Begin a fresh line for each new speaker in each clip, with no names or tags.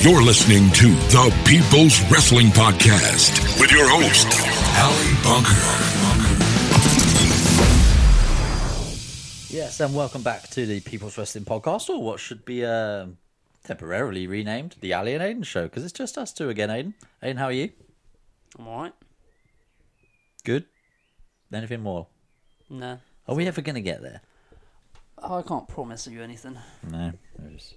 You're listening to the People's Wrestling Podcast with your host, Allie Bunker.
Yes, and welcome back to the People's Wrestling Podcast, or what should be um, temporarily renamed the Ali and Aiden Show, because it's just us two again, Aiden. Aiden, how are you?
I'm alright.
Good? Anything more?
No.
Are we ever going to get there?
Oh, I can't promise you anything.
No, it's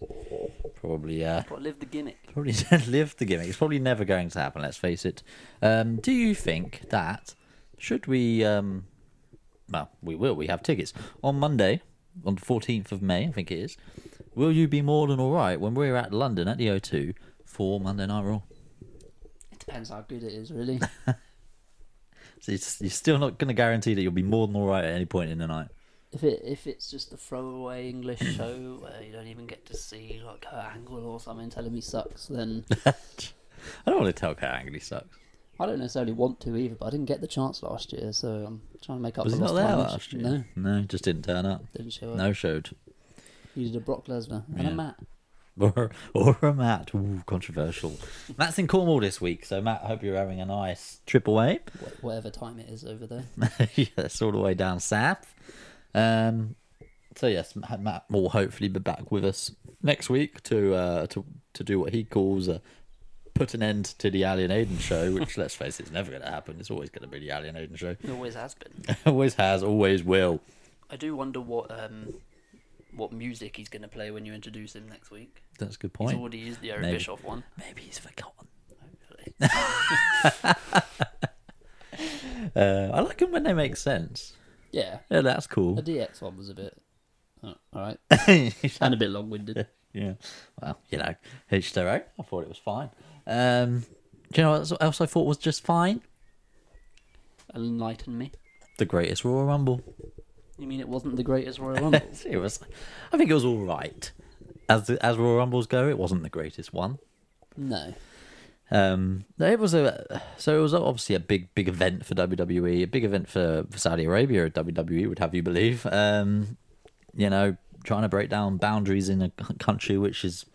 probably uh,
But live the gimmick.
probably live the gimmick. It's probably never going to happen. Let's face it. Um, do you think that should we? Um, well, we will. We have tickets on Monday, on the fourteenth of May. I think it is. Will you be more than all right when we're at London at the O2 for Monday Night Raw?
It depends how good it is, really.
So it's, you're still not going to guarantee that you'll be more than all right at any point in the night.
if it if it's just a throwaway English show where you don't even get to see like Kurt Angle or something telling me sucks, then
I don't want to tell Kurt Angle he sucks.
I don't necessarily want to either. But I didn't get the chance last year, so I'm trying to make up.
Was
for
he not
lost
there
mileage.
last year?
No,
no, just didn't turn up.
didn't show up.
No showed.
You did a Brock Lesnar and
Yeah.
a Matt.
or or a Matt. Ooh, controversial. Matt's in Cornwall this week, so Matt, I hope you're having a nice trip away.
Wh- Whatever time it is over there.
yes, all the way down south. Um, so yes, Ma- Matt will hopefully be back with us next week to uh, to to do what he calls a put an end to the Alien Aiden show, which let's face it, is never going to happen. It's always going to be the Alien Aiden show.
It always has been.
always has, always will.
I do wonder what um what music he's going to play when you introduce him next week.
That's a good
He's
point.
already used the Eric
Maybe.
Bischoff one.
Maybe he's forgotten.
Hopefully.
Uh, I like them when they make sense.
yeah,
Yeah, that's cool.
the DX one was a bit. Oh, all right,
yeah.
and a bit long-winded.
Well, you know, each their own. I thought it was fine. Um, do you know what else I thought was just fine?
Enlighten me.
The greatest Royal Rumble.
You mean it wasn't the greatest Royal Rumble?
it was. I think it was all right. As the, as Royal Rumbles go, it wasn't the greatest one.
no.
Um, it was a so it was obviously a big big event for WWE, a big event for, for Saudi Arabia. WWE E would have you believe. Um, you know, trying to break down boundaries in a c- country which is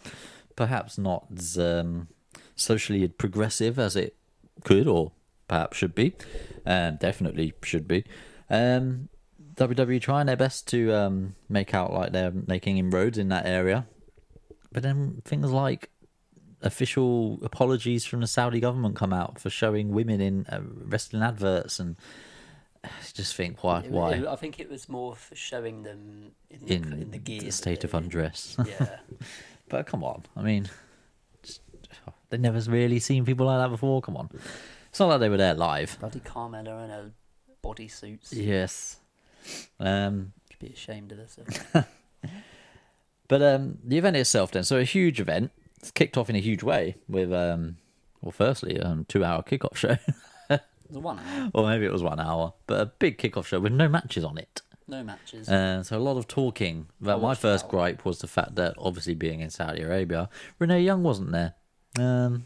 perhaps not as um, socially progressive as it could or perhaps should be, um, definitely should be. Um, WWE trying their best to um, make out like they're making inroads in that area, but then things like official apologies from the Saudi government come out for showing women in uh, wrestling adverts, and I just think why
It-
why
it- I think it was more for showing them in, the-
in,
in the gear.
the
that
state
they-
of undress.
Yeah.
but come on, I mean, just- they've never really seen people like that before. Come on, it's not like they were there live.
Bloody Carmella in her bodysuits. Yeah.
Yes. Um,
Should be ashamed of herself.
But um, the event itself, then, so a huge event. It's kicked off in a huge way with, um, well, firstly, um, two-hour kickoff show,
The one hour,
or maybe it was one hour, but a big kickoff show with no matches on it.
no matches.
Uh, so a lot of talking. But my
watched
first
that
gripe was the fact that, obviously, being in Saudi Arabia, Renee Young wasn't there. Um,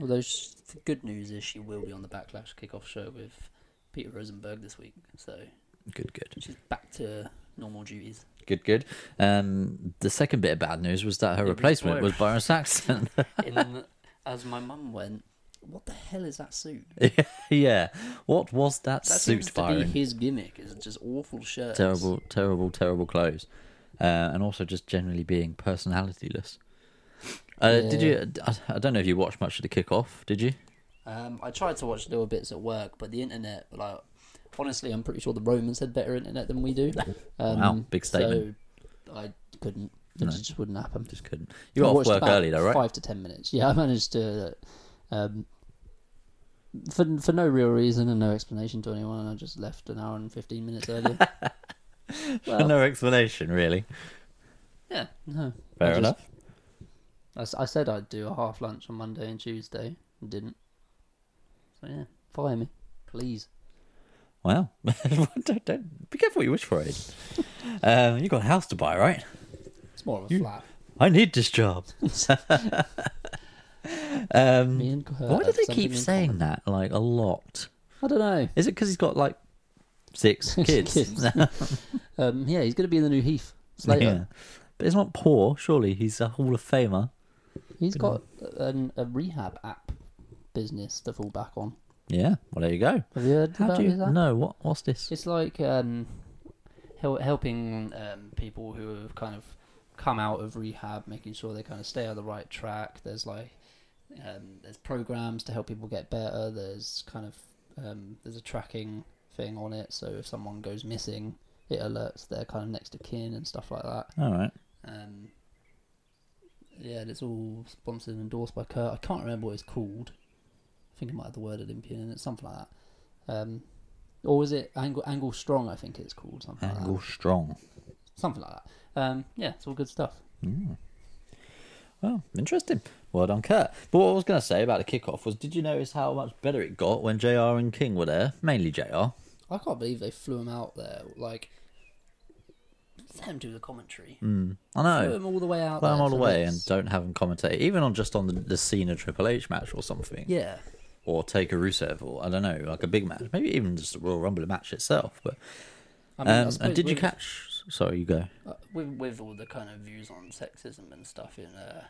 Although sh the good news is she will be on the Backlash kickoff show with Peter Rosenberg this week, so
good, good.
she's back to normal duties.
Good, good. Um, the second bit of bad news was that her replacement was Byron Saxton.
In, as my mum went, what the hell is that suit?
yeah. What was that,
That seems
suit,
to be
Byron?
his gimmick. Is just awful shirts.
terrible, terrible, terrible clothes, uh, and also just generally being personalityless. Uh, Did you? I, I don't know if you watched much of the kickoff. Did you?
Um, I tried to watch little bits at work, but the internet, like, honestly, I'm pretty sure the Romans had better internet than we do. Um,
Wow, big statement.
So I couldn't. It just wouldn't happen.
Just couldn't. You
I
were off
watched
work
about
early though, right?
Five to ten minutes. Yeah, I managed to, um, for for no real reason and no explanation to anyone, and I just left an hour and fifteen minutes earlier. well,
no explanation, really.
yeah, no.
Fair
I just-
enough.
I s- I, said I'd do a half lunch on Monday and Tuesday. and Didn't. So yeah, fire me, please.
Wow. don't, don't, be careful what you wish for, Aid. um, you got a house to buy, right?
It's more of a flat.
I need this job. um,
Me and Kurt
why do
have
they
uh, something
keep
in
saying that like a lot?
I don't know.
Is it because he's got like six kids?
um, yeah, he's going to be in the new Heath Slater.
But it's not poor, surely. He's a Hall of Famer.
Yeah. He's got an, a rehab app business to fall back on.
Yeah. Well, there you go.
Have you heard
How
about
do you
his app?
know what? What's this?
It's like um, hel- helping um, people who have kind of come out of rehab, making sure they kind of stay on the right track. There's like um, there's programs to help people get better. There's kind of um, there's a tracking thing on it, so if someone goes missing, it alerts their kind of next of kin and stuff like that.
All right.
Um, yeah, and it's all sponsored and endorsed by Kurt. I can't remember what it's called. I think it might have the word Olympian in it, something like that. Um, or was it Angle Angle Strong? I think it's called something
Angle
like
strong.
that. Something like that. Um, yeah, it's all good stuff.
Well, interesting. Well done, Kurt. But what I was going to say about the kickoff was, did you notice how much better it got when JR and King were there? Mainly JR.
I can't believe they flew him out there. Like, let him do the commentary.
I
Flew
know.
him all the way out.
Blow them
there
Mm. all
for
away
this.
and don't have them commentate, even on just on the, the Cena Triple H match or something,
Yeah,
or take a Rusev or I don't know, like a big match, maybe even just a Royal Rumble match itself. But
I mean, I
um, and
suppose
did you
with-
catch? Sorry, you go.
uh, with with all the kind of views on sexism and stuff in uh,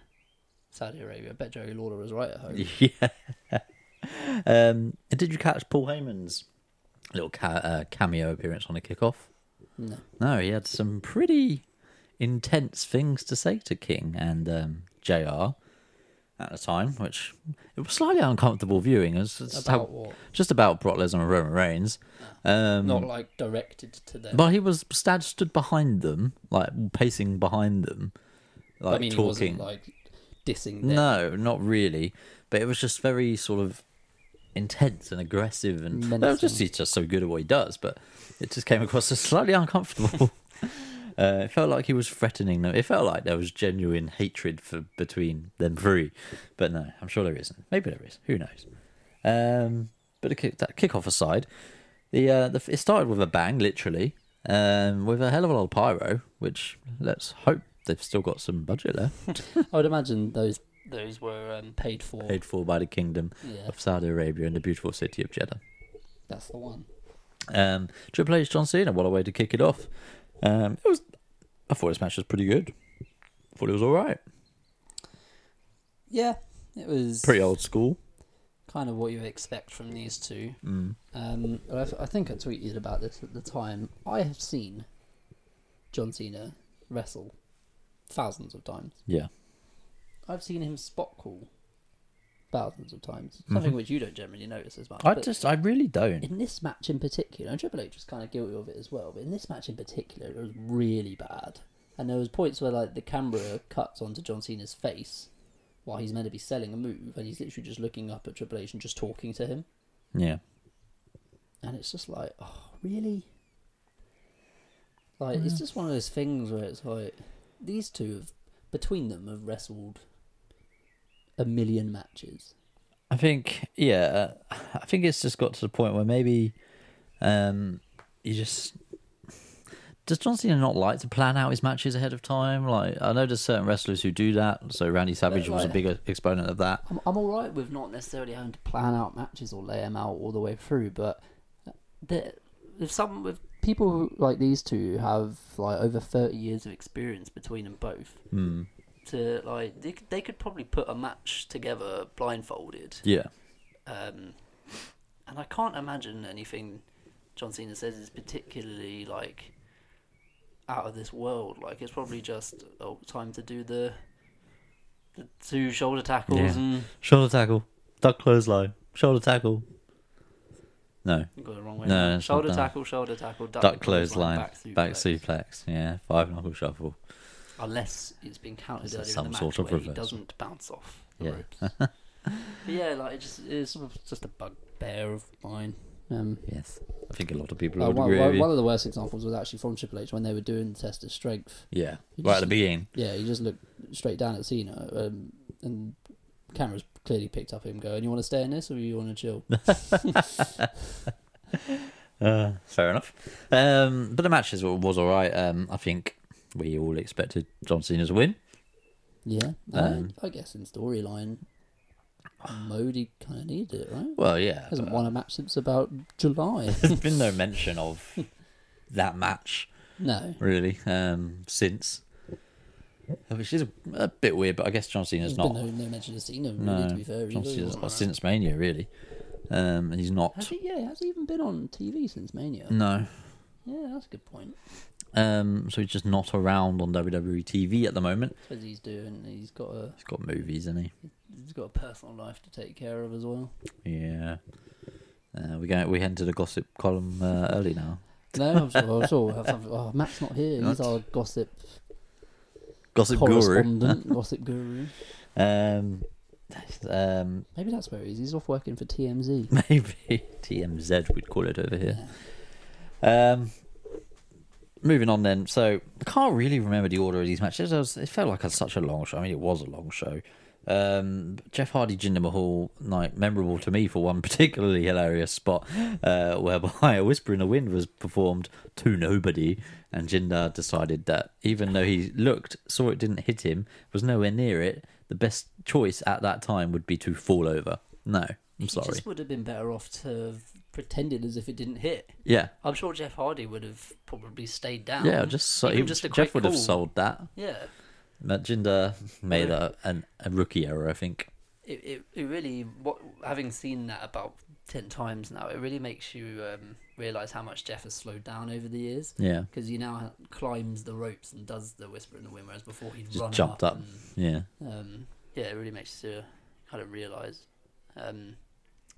Saudi Arabia? I bet Jerry Lawler was right at home.
yeah. um, and did you catch Paul Heyman's little ca- uh, cameo appearance on a kickoff?
No.
No, he had some pretty intense things to say to King and um, JR at the time, which it was slightly uncomfortable viewing. It was just,
About
how-
what?
just about Brock Lesnar and Roman Reigns. Um,
Not like directed to them.
but he was Stad stood behind them, like pacing behind them, like
I mean,
talking.
he wasn't like dissing them.
No, not really. But it was just very sort of intense and aggressive, and
Menacing.
Well, just he's just so good at what he does. But it just came across as slightly uncomfortable. uh, it felt like he was threatening them. It felt like there was genuine hatred for between them three. But no, I'm sure there isn't. Maybe there is. Who knows? Um, but the kick, that kickoff aside, the, uh, the it started with a bang, literally, um, with a hell of a lot of pyro. Which let's hope they've still got some budget there.
I would imagine those those were um, paid for.
paid for by the kingdom
Yeah.
of Saudi Arabia and the beautiful city of Jeddah.
That's the one.
Um, Triple H, John Cena, what a way to kick it off. Um, it was, I thought this match was pretty good. I thought it was all right.
Yeah, it was
Pretty old school.
kind of what you expect from these two. Mm. Um, and I, I think I tweeted about this at the time. I have seen John Cena wrestle thousands of times.
Yeah.
I've seen him spot call thousands of times. Something
Mm-hmm.
which you don't generally notice as much.
I
but-
just, I really don't.
in this match in particular, and Triple H was kind of guilty of it as well, but in this match in particular, it was really bad. And there was points where like the camera cuts onto John Cena's face while he's meant to be selling a move, and he's literally just looking up at Triple H and just talking to him.
Yeah.
And it's just like, oh, really? Like it's just one of those things where it's like these two have between them have wrestled a million matches.
I think, yeah, uh, I think it's just got to the point where maybe um, you just. Does John Cena not like to plan out his matches ahead of time? Like, I know there's certain wrestlers who do that. So Randy Savage was a
like-
big exponent of that.
I'm, I'm all right with not necessarily having to plan out matches or lay them out all the way through, but there, with some with people who- like these two have like over thirty years of experience between them both. Mm. To like they, could- they could probably put a match together blindfolded,
Yeah.
um, and I can't imagine anything John Cena says is particularly like out of this world. Like it's probably just oh, time to do the. The two shoulder tackles
Yeah.
and
Shoulder tackle. Duck clothesline. Shoulder tackle. No.
You Go the wrong way.
No,
around.
it's not
shoulder
that.
tackle, shoulder tackle, duck,
Duck clothesline.
back suplex.
Back suplex. Yeah. Five knuckle shuffle.
Unless it's been counted
This is
earlier
some
in the match
sort of
where he
reversal.
doesn't bounce off the
Yeah.
ropes. but yeah, like it just it's sort of just a bugbear of mine. Um,
Yes. I think a lot of people
uh,
would
one,
agree with
one,
you.
one of the worst examples was actually from Triple H when they were doing the test of strength.
Yeah.
You
Right at
just-
the beginning.
Yeah, he just looked straight down at Cena, um, and cameras clearly picked up him going, "You want to stay in this, or you want to chill?"
Uh, fair enough. Um, but the match is, was all right. Um, I think we all expected John Cena's win.
yeah,
Um,
I, I guess in storyline, mode he kind of needed it, right?
Well, yeah.
Hasn't
but
won a match since about July.
There's been no mention of that match,
no.
really, um, since. Which is a bit weird, but I guess John Cena's
There's
not.
been no, no mention of Cena, really,
No,
to be fair.
John
either.
Cena's not since Mania, really. Um, and he's
Has
not.
he, yeah, has he even been on TV since Mania?
No.
Yeah, that's a good point.
Um, so he's just not around on WWE TV at the moment.
Because he's doing, he's got a
He's got movies, isn't he?
he's got a personal life to take care of as well.
Yeah. Uh, we go. We head to the gossip column uh, early now.
No, I'm sure, I'm sure we'll have something. Oh, Matt's not here. He's
Not-
our gossip,
Gossip guru.
correspondent, gossip guru.
Um, um,
Maybe that's where he is. He's off working for TMZ.
maybe TMZ we'd call it over here. Um, moving on then. So I can't really remember the order of these matches. I was, it felt like a, such a long show. I mean, it was a long show. Um, Jeff Hardy, Jinder Mahal, like memorable to me for one particularly hilarious spot, uh, whereby a whisper in the wind was performed to nobody, and Jinder decided that even though he looked, saw it didn't hit him, was nowhere near it, the best choice at that time would be to fall over. No, I'm
He
sorry.
just would have been better off to have pretended as if it didn't hit.
Yeah,
I'm sure Jeff Hardy would have probably stayed down.
yeah. Just so,
Even
he,
just a
Jeff
quick
would have
call.
sold that.
Yeah,
Matt Jinder made
Yeah.
a, an, a rookie error, I think.
it, it, it really what having seen that about ten times now, it really makes you um, realize how much Jeff has slowed down over the years.
Yeah.
because he now ha- climbs the ropes and does the whisper in the wind, whereas before he'd
Just
run
jumped up. Yeah.
and, um, yeah, it really makes you kind of realize. Um,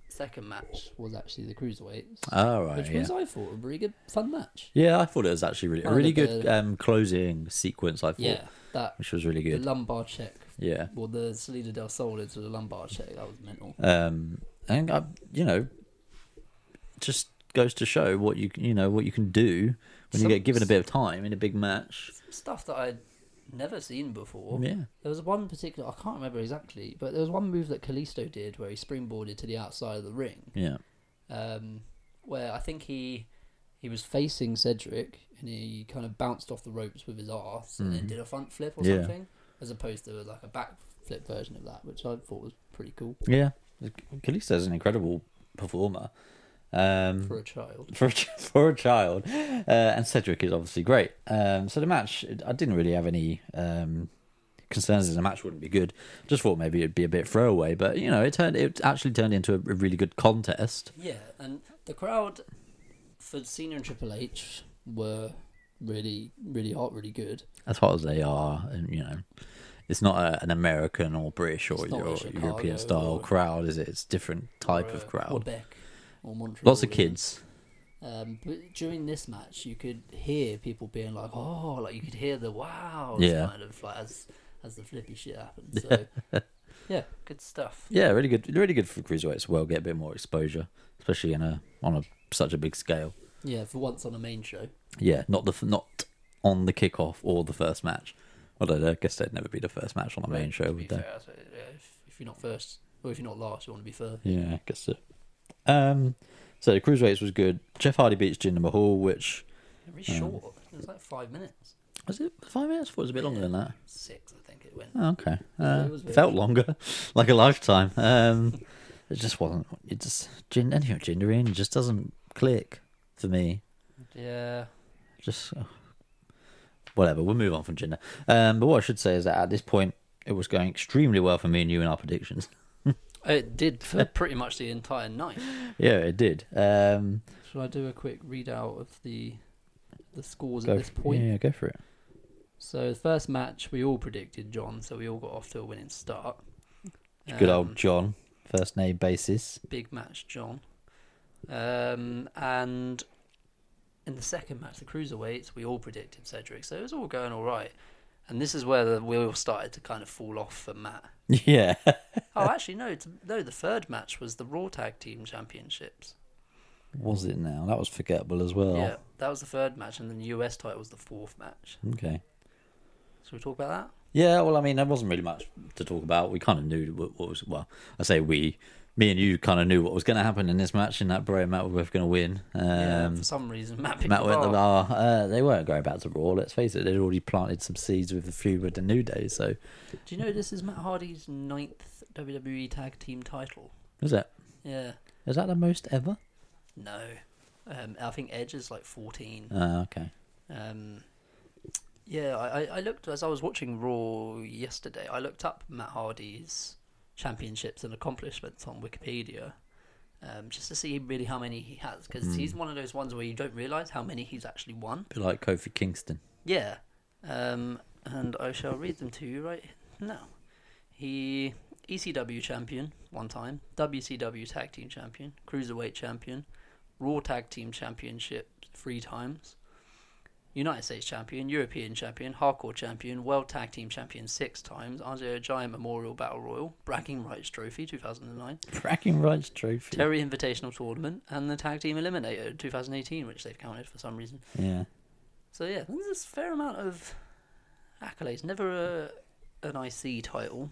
second match was actually the cruiserweights,
All right.
which
Oh, yeah.
was I thought a really good fun match.
yeah, I thought it was actually really a
Kind
really
of
good
a-
um, closing sequence. I thought,
Yeah, that
which was really
the
good.
lumbar check.
Yeah.
Well, the Salida del Sol into the lumbar check. That was mental.
Um, and I, you know, just goes to show what you you know what you can do when you
Some-
get given a bit of time in a big match.
Stuff that I'd never seen before.
Yeah.
There was one particular. I can't remember exactly, but there was one move that Kalisto did where he springboarded to the outside of the ring.
Yeah.
um, where I think he he was facing Cedric and he kind of bounced off the ropes with his arse and then did a front flip or
Mm-hmm. Yeah.
something, as opposed to like a back flip version of that, which I thought was pretty cool
Yeah. Kalisto's an incredible performer. Um,
for a child.
for a, ch- for a child. Uh, and Cedric is obviously great. Um, so the match, I didn't really have any um, concerns that the match wouldn't be good. Just thought maybe it'd be a bit throwaway, but you know, it turned it actually turned into a, a really good contest.
Yeah, and the crowd for Cena and Triple H were really, really hot, really good.
As hot as they are, and you know, it's not a, an American or British or,
It's not
or
a Chicago
European style
or-
crowd, is it? It's a different type
Or,
of
uh,
crowd.
Quebec or Montreal.
Lots of
even.
kids.
Um, but during this match, you could hear people being like, "Oh!" Like you could hear the "Wow!"
Yeah.
kind of like as as the flippy shit happened. So yeah, good stuff.
Yeah, really good. Really good for cruiserweights. Well, get a bit more exposure, especially in a on a such a big scale.
Yeah, for once on a main show.
Yeah, not the f- not on the kickoff or the first match. Although I guess they'd never be the first match on the main show,
To be
would they?
fair, so, yeah, if, if you're not first, or if you're not last, you want to be first.
Yeah, I guess so. Um, so the cruiserweights was good. Jeff Hardy beats Jinder Mahal, which
Really short. It was like five minutes,
was it five minutes? I thought it was a bit longer than that.
six, I think it went.
Oh, okay, uh,
it was
felt longer, like a lifetime. Um, it just wasn't. It just Jin anything with Jinder in just doesn't click for me.
Yeah,
just oh, whatever. We'll move on from Jinder. Um, but what I should say is that at this point, it was going extremely well for me and you in our predictions.
it did for pretty much the entire night.
yeah, it did. Um,
Shall I do a quick readout of the the scores
go
at this
for-
point?
yeah, go for it.
So the first match we all predicted John, so we all got off to a winning start.
Good
Um,
old John, first name basis.
big match, John. Um, and in the second match, the cruiserweights, we all predicted Cedric, so it was all going all right. And this is where the wheel started to kind of fall off for Matt.
Yeah,
Oh, actually, no, it's, no. The third match was the Raw Tag Team Championships.
was it now? That was forgettable as well.
Yeah, that was the third match, and then the US title was the fourth match.
Okay.
Shall we talk about that?
Yeah, well, I mean, there wasn't really much to talk about. We kind of knew what, what was. Well, I say we, me and you, kind of knew what was going to happen in this match, and that Bray and Matt were both going to win. Um,
yeah, Oh. for some reason, Matt picked
Matt
the
went the
Raw.
bar. Uh, they weren't going back to Raw. Let's face it, they'd already planted some seeds with the feud with the New Day. So
Do you know this is Matt Hardy's ninth WWE Tag Team title?
was that
Yeah.
is that the most ever?
No. Um, I think Edge is like 14.
Uh, okay,
Um, Yeah, I, I- I looked as I was watching Raw yesterday. I looked up Matt Hardy's championships and accomplishments on Wikipedia, um, just to see really how many he has, because he's one of those ones where you don't realize how many he's actually won.
Be like Kofi Kingston.
Yeah, um, and I shall read them to you right now. He ECW champion one time, WCW tag team champion, cruiserweight champion, Raw tag team championship three times, United States champion, European champion, Hardcore champion, World tag team champion six times, RJ Giant Memorial Battle Royal, Bragging Rights Trophy 2009,
Cracking rights trophy.
Terry Invitational Tournament, and the Tag Team Eliminator 2018, which they've counted for some reason.
yeah.
So yeah, there's a fair amount of accolades. Never a, an IC title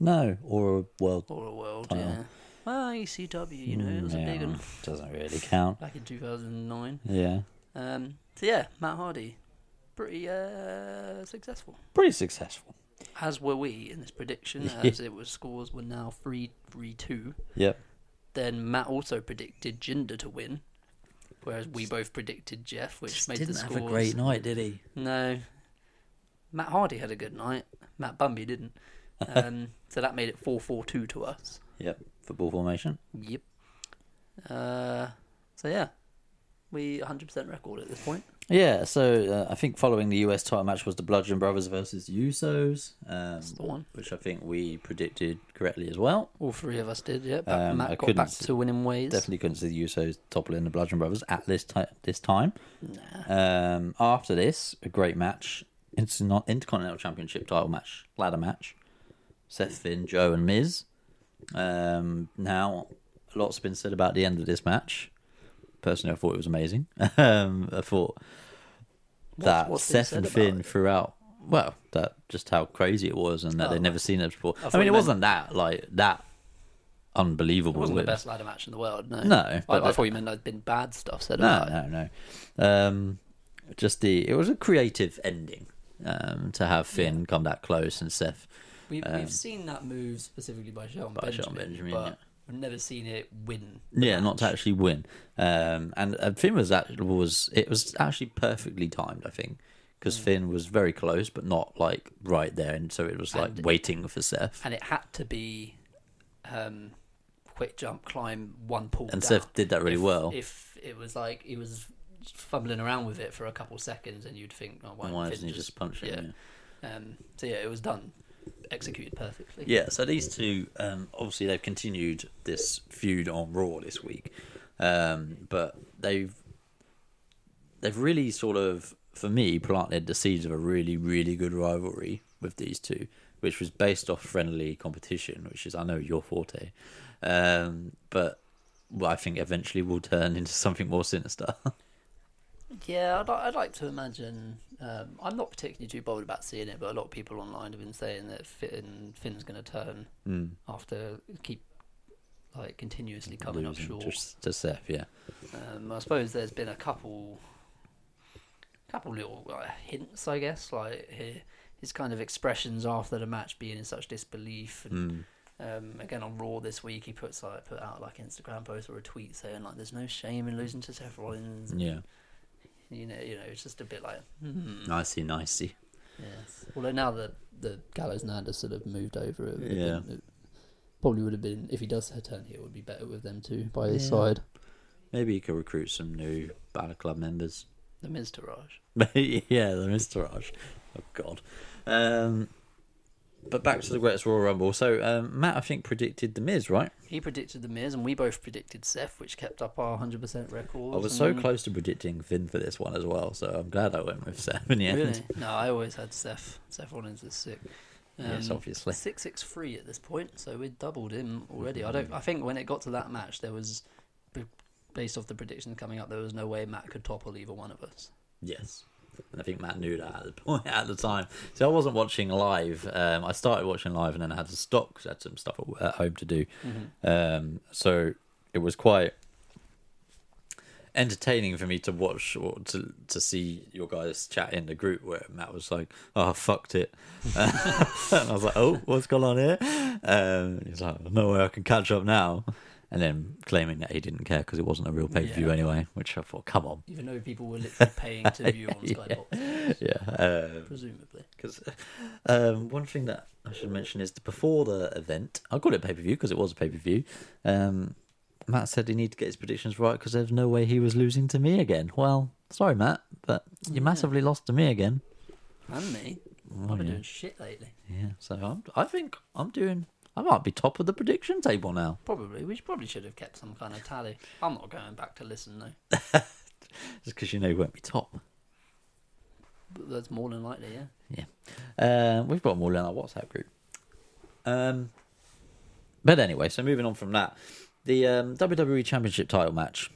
No, or a world.
or a world.
Title.
Yeah. Well, ECW, you know, it was a big
Oh. Yeah,
one
Doesn't really count.
back in 2009.
Yeah.
Um, so yeah, Matt Hardy, pretty uh, successful.
Pretty successful.
As were we in this prediction, as it was scores were now three three two.
Yep.
Then Matt also predicted Jinder to win, whereas we both predicted Jeff, which made
didn't
the
have
scores.
a great night, did he?
No. Matt Hardy had a good night. Matt Bumby didn't. Um, so that made it 4 4 2 to us.
Yep. Football formation.
Yep. Uh, so yeah, we 100% record at this point.
Yeah, so uh, I think following the US title match was the Bludgeon Brothers versus Usos, um,
the one.
which I think we predicted correctly as well.
All three of us did, yeah. But
Um,
Matt
I
got
couldn't
back
s-
to winning ways.
Definitely couldn't see the Usos toppling the Bludgeon Brothers at this ti- this time. Um, after this, a great match, Inter- not- Intercontinental Championship title match, ladder match, Seth, Finn, Joe, and Miz. Um, now, a lot's been said about the end of this match. Personally, I thought it was amazing. um, I thought that
what's been
Seth and
said about
Finn throughout. Well, that just how crazy it was, and that
Oh,
they'd never
right.
seen it before. I,
thought
mean,
you
it
meant-
wasn't that like that unbelievable.
It wasn't the
It-
best ladder match in the world, no.
No,
I,
but
I
the-
thought you meant there'd been bad stuff said
No,
about it.
no, no. Um, just the it was a creative ending um, to have Finn come that close and Seth.
We've, we've seen that move specifically by Shelton
Um, by
Benjamin.
Shelton Benjamin,
but
yeah.
I've never seen it win.
Yeah, not to actually win. Um, and, and Finn was that was it was actually perfectly timed, I think, because Finn was very close but not like right there, and so it was like
And-
waiting for Seth.
and it had to be um, quick jump, climb, one pull.
And
down.
Seth did that really
if,
well.
If it was like he was fumbling around with it for a couple seconds, and you'd think, oh, why,
And why
Finn
doesn't he just punch him? yeah.
Um, so yeah, it was done, executed perfectly.
Yeah, so these two, um, obviously, they've continued this feud on Raw this week, um, but they've they've really sort of, for me, planted the seeds of a really, really good rivalry with these two, which was based off friendly competition, which is I know your forte, um, but well, I think eventually will turn into something more sinister.
Yeah, I'd, li- I'd like to imagine. Um, I'm not particularly too bothered about seeing it, but a lot of people online have been saying that Finn, Finn's going to turn
Hmm.
after keep like continuously coming up
Losing
short.
to, to Seth, yeah,
Um, I suppose there's been a couple, couple little uh, hints, I guess, like his, his kind of expressions after the match being in such disbelief. And
Hmm.
um, again on Raw this week, he puts like put out like Instagram post or a tweet saying like, "There's no shame in losing to Seth Rollins."
yeah,
You know, you know, it's just a bit like,
nicey, nicey.
yes. Although now the the Gallows and Anders sort of moved over, it, would have
Yeah.
been- it probably would have been if he does turn here, it would be better with them two by his
Yeah.
side.
Maybe you could recruit some new Battle Club members.
The Miz Taraj.
yeah, the Mr. Raj. Oh God. Um, but back to the greatest Royal Rumble. So um, Matt, I think predicted the Miz, right?
He predicted the Miz, and we both predicted Seth, which kept up our 100% record.
I was so close to predicting Finn for this one as well, so I'm glad I went with Seth in the end.
Really? No, I always had Seth. Seth Rollins is sick. Um,
Yes, obviously.
Six six three at this point, so we doubled him already. I
Mm-hmm.
don't. I think when it got to that match, there was, b- based off the predictions coming up, there was no way Matt could topple either one of us.
Yes. And I think Matt knew that at the point at the time. So I wasn't watching live. Um, I started watching live and then I had to stop because I had some stuff at, at home to do. Um, so it was quite entertaining for me to watch or to to see your guys chat in the group where Matt was like, "Oh, I fucked it," and I was like, "Oh, what's going on here?" Um, he's like, "No way, I can catch up now." and then claiming that he didn't care because it wasn't a real pay per view
Yeah.
anyway. Which I thought, come on,
Even though people were literally paying to view on Skybox,
yeah. Um,
presumably.
Because um, one thing that I should mention is that before the event, I called it pay per view because it was a pay per view. Um, Matt said he needed to get his predictions right because there's no way he was losing to me again. Well, sorry, Matt, but you
Yeah.
massively lost to me again.
And me.
Oh,
I've been
yeah.
doing shit lately.
yeah. So I'm, I think I'm doing. I might be top of the prediction table now.
Probably. We probably should have kept some kind of tally. I'm not going back to listen, though.
Just because you know you won't be top.
But that's more than likely, yeah.
Yeah. Um, we've got more in our WhatsApp group. Um, but anyway, so moving on from that, the um, WWE Championship title match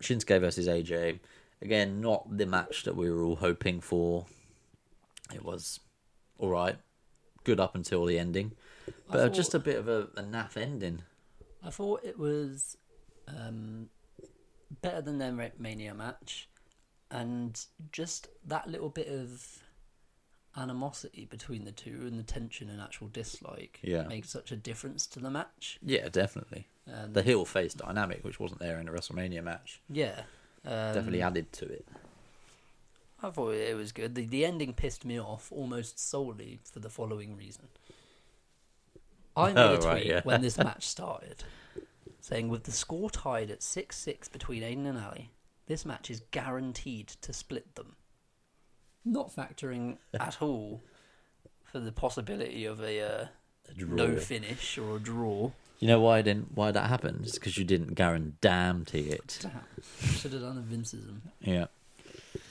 Shinsuke versus AJ. Again, not the match that we were all hoping for. It was all right, good up until the ending, but
thought-
just a bit of a, a naff ending.
I thought it was um, better than their Ma- Mania match, and just that little bit of animosity between the two and the tension and actual dislike
Yeah.
made such a difference to the match.
Yeah, definitely.
Um,
The heel face dynamic, which wasn't there in the WrestleMania match,
yeah, um,
definitely added to it.
I thought it was good. The, the ending pissed me off almost solely for the following reason. I made
Oh,
a tweet
right, yeah.
when this match started saying, with the score tied at 6 6 between Aiden and Ali, this match is guaranteed to split them. Not factoring at all for the possibility of a, uh,
A
no
draw.
finish or a draw.
You know why I didn't? Why that happened? It's because you didn't guarantee it.
Damn. Should have done a Vinceism.
Yeah.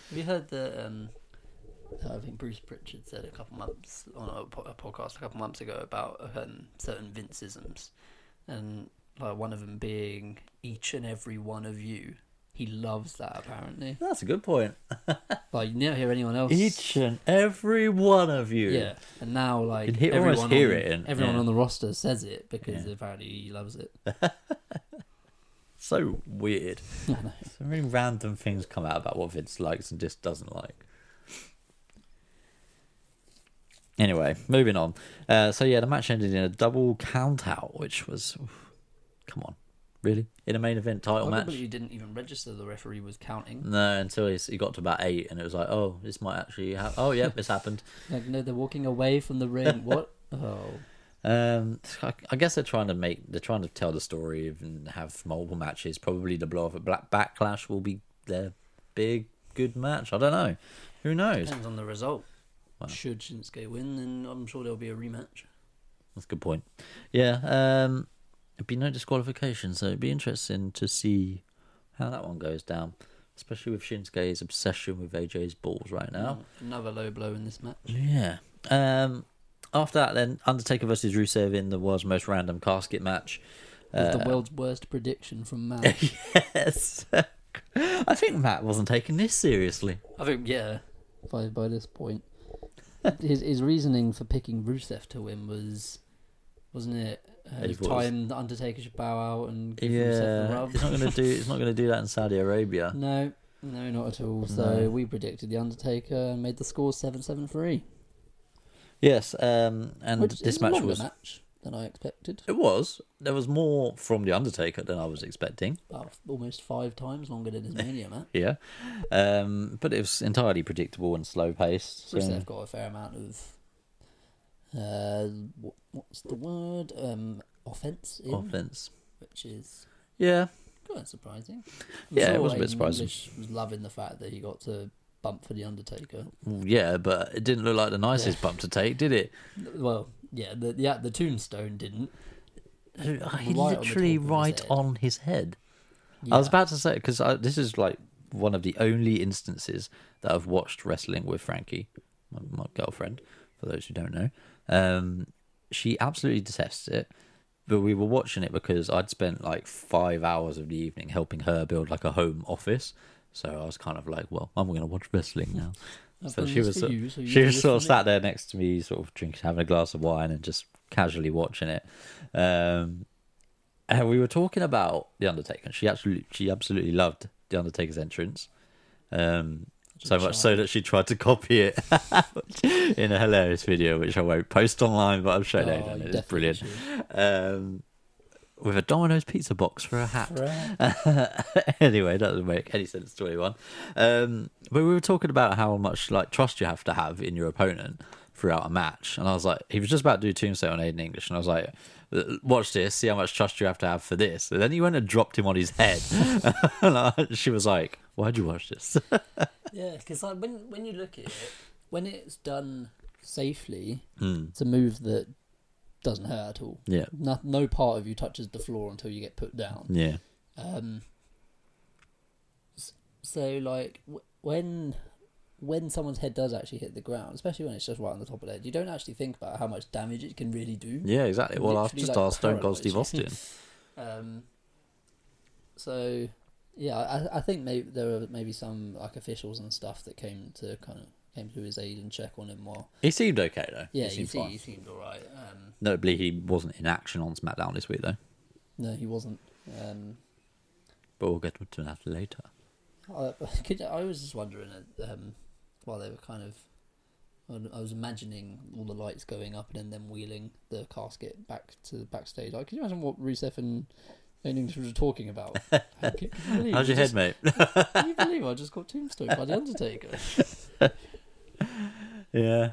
Have you heard that? Um, uh, I think Bruce Pritchard said a couple months on a, po- a podcast a couple months ago about um, certain Vinceisms, and like one of them being "each and every one of you." He loves that apparently.
That's a good point.
Like you never hear anyone else.
Each and every one of you.
yeah, and now like
can hear-
everyone,
almost hear
on,
it in-
everyone
yeah.
on the roster says it because
Yeah.
apparently he loves it.
So weird. so many random things come out about what Vince likes and just doesn't like. Anyway, moving on. Uh, so yeah, the match ended in a double count out, which was, come on, really in a main event title match. Mm.
Probably you didn't even register the referee was counting.
No, until he, he got to about eight, and it was like, oh, this might actually. Ha- oh, yep, it's happened.
Like no, they're walking away from the ring. what? Oh,
Um, I, I guess they're trying to make they're trying to tell the story and have multiple matches. Probably the blow off at Black Backlash will be their big good match. I don't know. Who knows?
Depends on the result. Should Shinsuke win, then I'm sure there'll be a rematch.
That's a good point. Yeah. Um, it'd be no disqualification, so it'd be interesting to see how that one goes down. Especially with Shinsuke's obsession with AJ's balls right now.
Mm, Another low blow in this match.
Yeah. Um, after that, then Undertaker versus Rusev in the world's most random casket match. Uh,
With the world's worst prediction from Matt.
yes. I think Matt wasn't taking this seriously.
I think, yeah. By, by this point. his, his reasoning for picking Rusev to win was, wasn't it? Uh,
It
it
was.
time the Undertaker should bow out and give Rusev the
Yeah,
rub.
it's uh, not gonna do. It's not gonna do that in Saudi Arabia.
no, no, not at all. So we predicted the Undertaker and made the score seven seven three,
Yes, um, and
which
this
is
match
a longer
was.
match than I expected.
It was. There was more from the Undertaker than I was expecting.
About almost five times longer than his Mania match.
Yeah, um, but it was entirely predictable and slow paced. So.
Plus, they've got a fair amount of uh, what, what's the word? Um, offense in,
Offense.
which is
Yeah,
kind of surprising.
Yeah, it
sure
was a bit
Aiden
surprising.
English was loving the fact that he got to bump for the Undertaker.
yeah, but it didn't look like the nicest bump to take, did it?
Well, yeah, the the, the tombstone didn't.
He
on the
literally
top of his
right
head.
on his head. I
Yeah.
was about to say because this is like one of the only instances that I've watched wrestling with Frankie, my, my girlfriend. For those who don't know, um, she absolutely detests it. But we were watching it because I'd spent like five hours of the evening helping her build like a home office. So I was kind of like, well, I'm going to watch wrestling now.
I've
so
done
she
this
was
for
sort-
you, so you
she
do
was
this
sort of
for me.
sat there next to me, sort of drinking, having a glass of wine, and just casually watching it. Um, and we were talking about the Undertaker. and She actually, she absolutely loved the Undertaker's entrance, um, so much so that she tried to copy it in a hilarious video, which I won't post online, but I've shown
Oh,
Aidan.
you
It's
definitely
brilliant. Um, with a Domino's pizza box for a hat.
Right.
anyway, that doesn't make any sense to anyone. Um, but we were talking about how much like trust you have to have in your opponent throughout a match, and I was like, he was just about to do Tombstone on Aiden English, and I was like, "Uh, watch this, see how much trust you have to have for this. And then he went and dropped him on his head, and I, she was like, why'd you watch this?
Yeah, because like when when you look at it, when it's done safely, it's a move that doesn't hurt at all.
Hmm. Yeah.
no, no part of you touches the floor until you get put down.
yeah,
Um, s- so like w- when when someone's head does actually hit the ground, especially when it's just right on the top of the head, you don't actually think about how much damage it can really do.
yeah, exactly. Well, I
Literally,
just
like,
asked Stone Cold Steve
paralyzed you.
Austin.
Um, so, yeah, I, I think maybe there were maybe some like officials and stuff that came to kind of came to his aid and check on him while.
He seemed okay though.
Yeah,
he
he,
seemed
se-
fine.
he seemed all right. Um,
Notably, he wasn't in action on SmackDown this week though.
no, he wasn't. Um,
But we'll get to that later.
I, could, I was just wondering um, while they were kind of. um, I was imagining all the lights going up and then them wheeling the casket back to the backstage. Like, can you imagine what Rusev and English were talking about? Can you believe
How's
we
your
just-
head, mate?
Can you believe I just got tombstone by the Undertaker?
Yeah.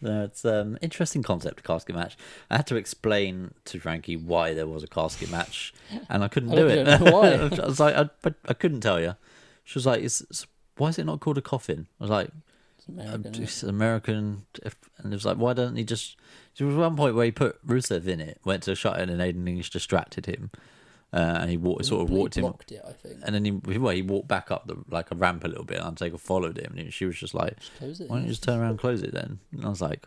No, it's um interesting concept casket match. I had to explain to Frankie why there was a casket match, and I couldn't
I
do
hope you
it.
don't know why.
I was like, I, but I couldn't tell you. She was like, it's, it's- "Why is it not called a coffin?" I was like,
It's American, isn't it?
"It's American," if- and it was like, "Why don't he just?" There was one point where he put Rusev in it, went to shut in, and Aiden English distracted him, uh, and he wa- sort of
He
walked him
blocked it, I think.
and then he well, he walked back up the like a ramp a little bit. And Undertaker followed him, and she was just like,
close it,
"Why don't you
yeah."
just turn around and close it then?" And I was like,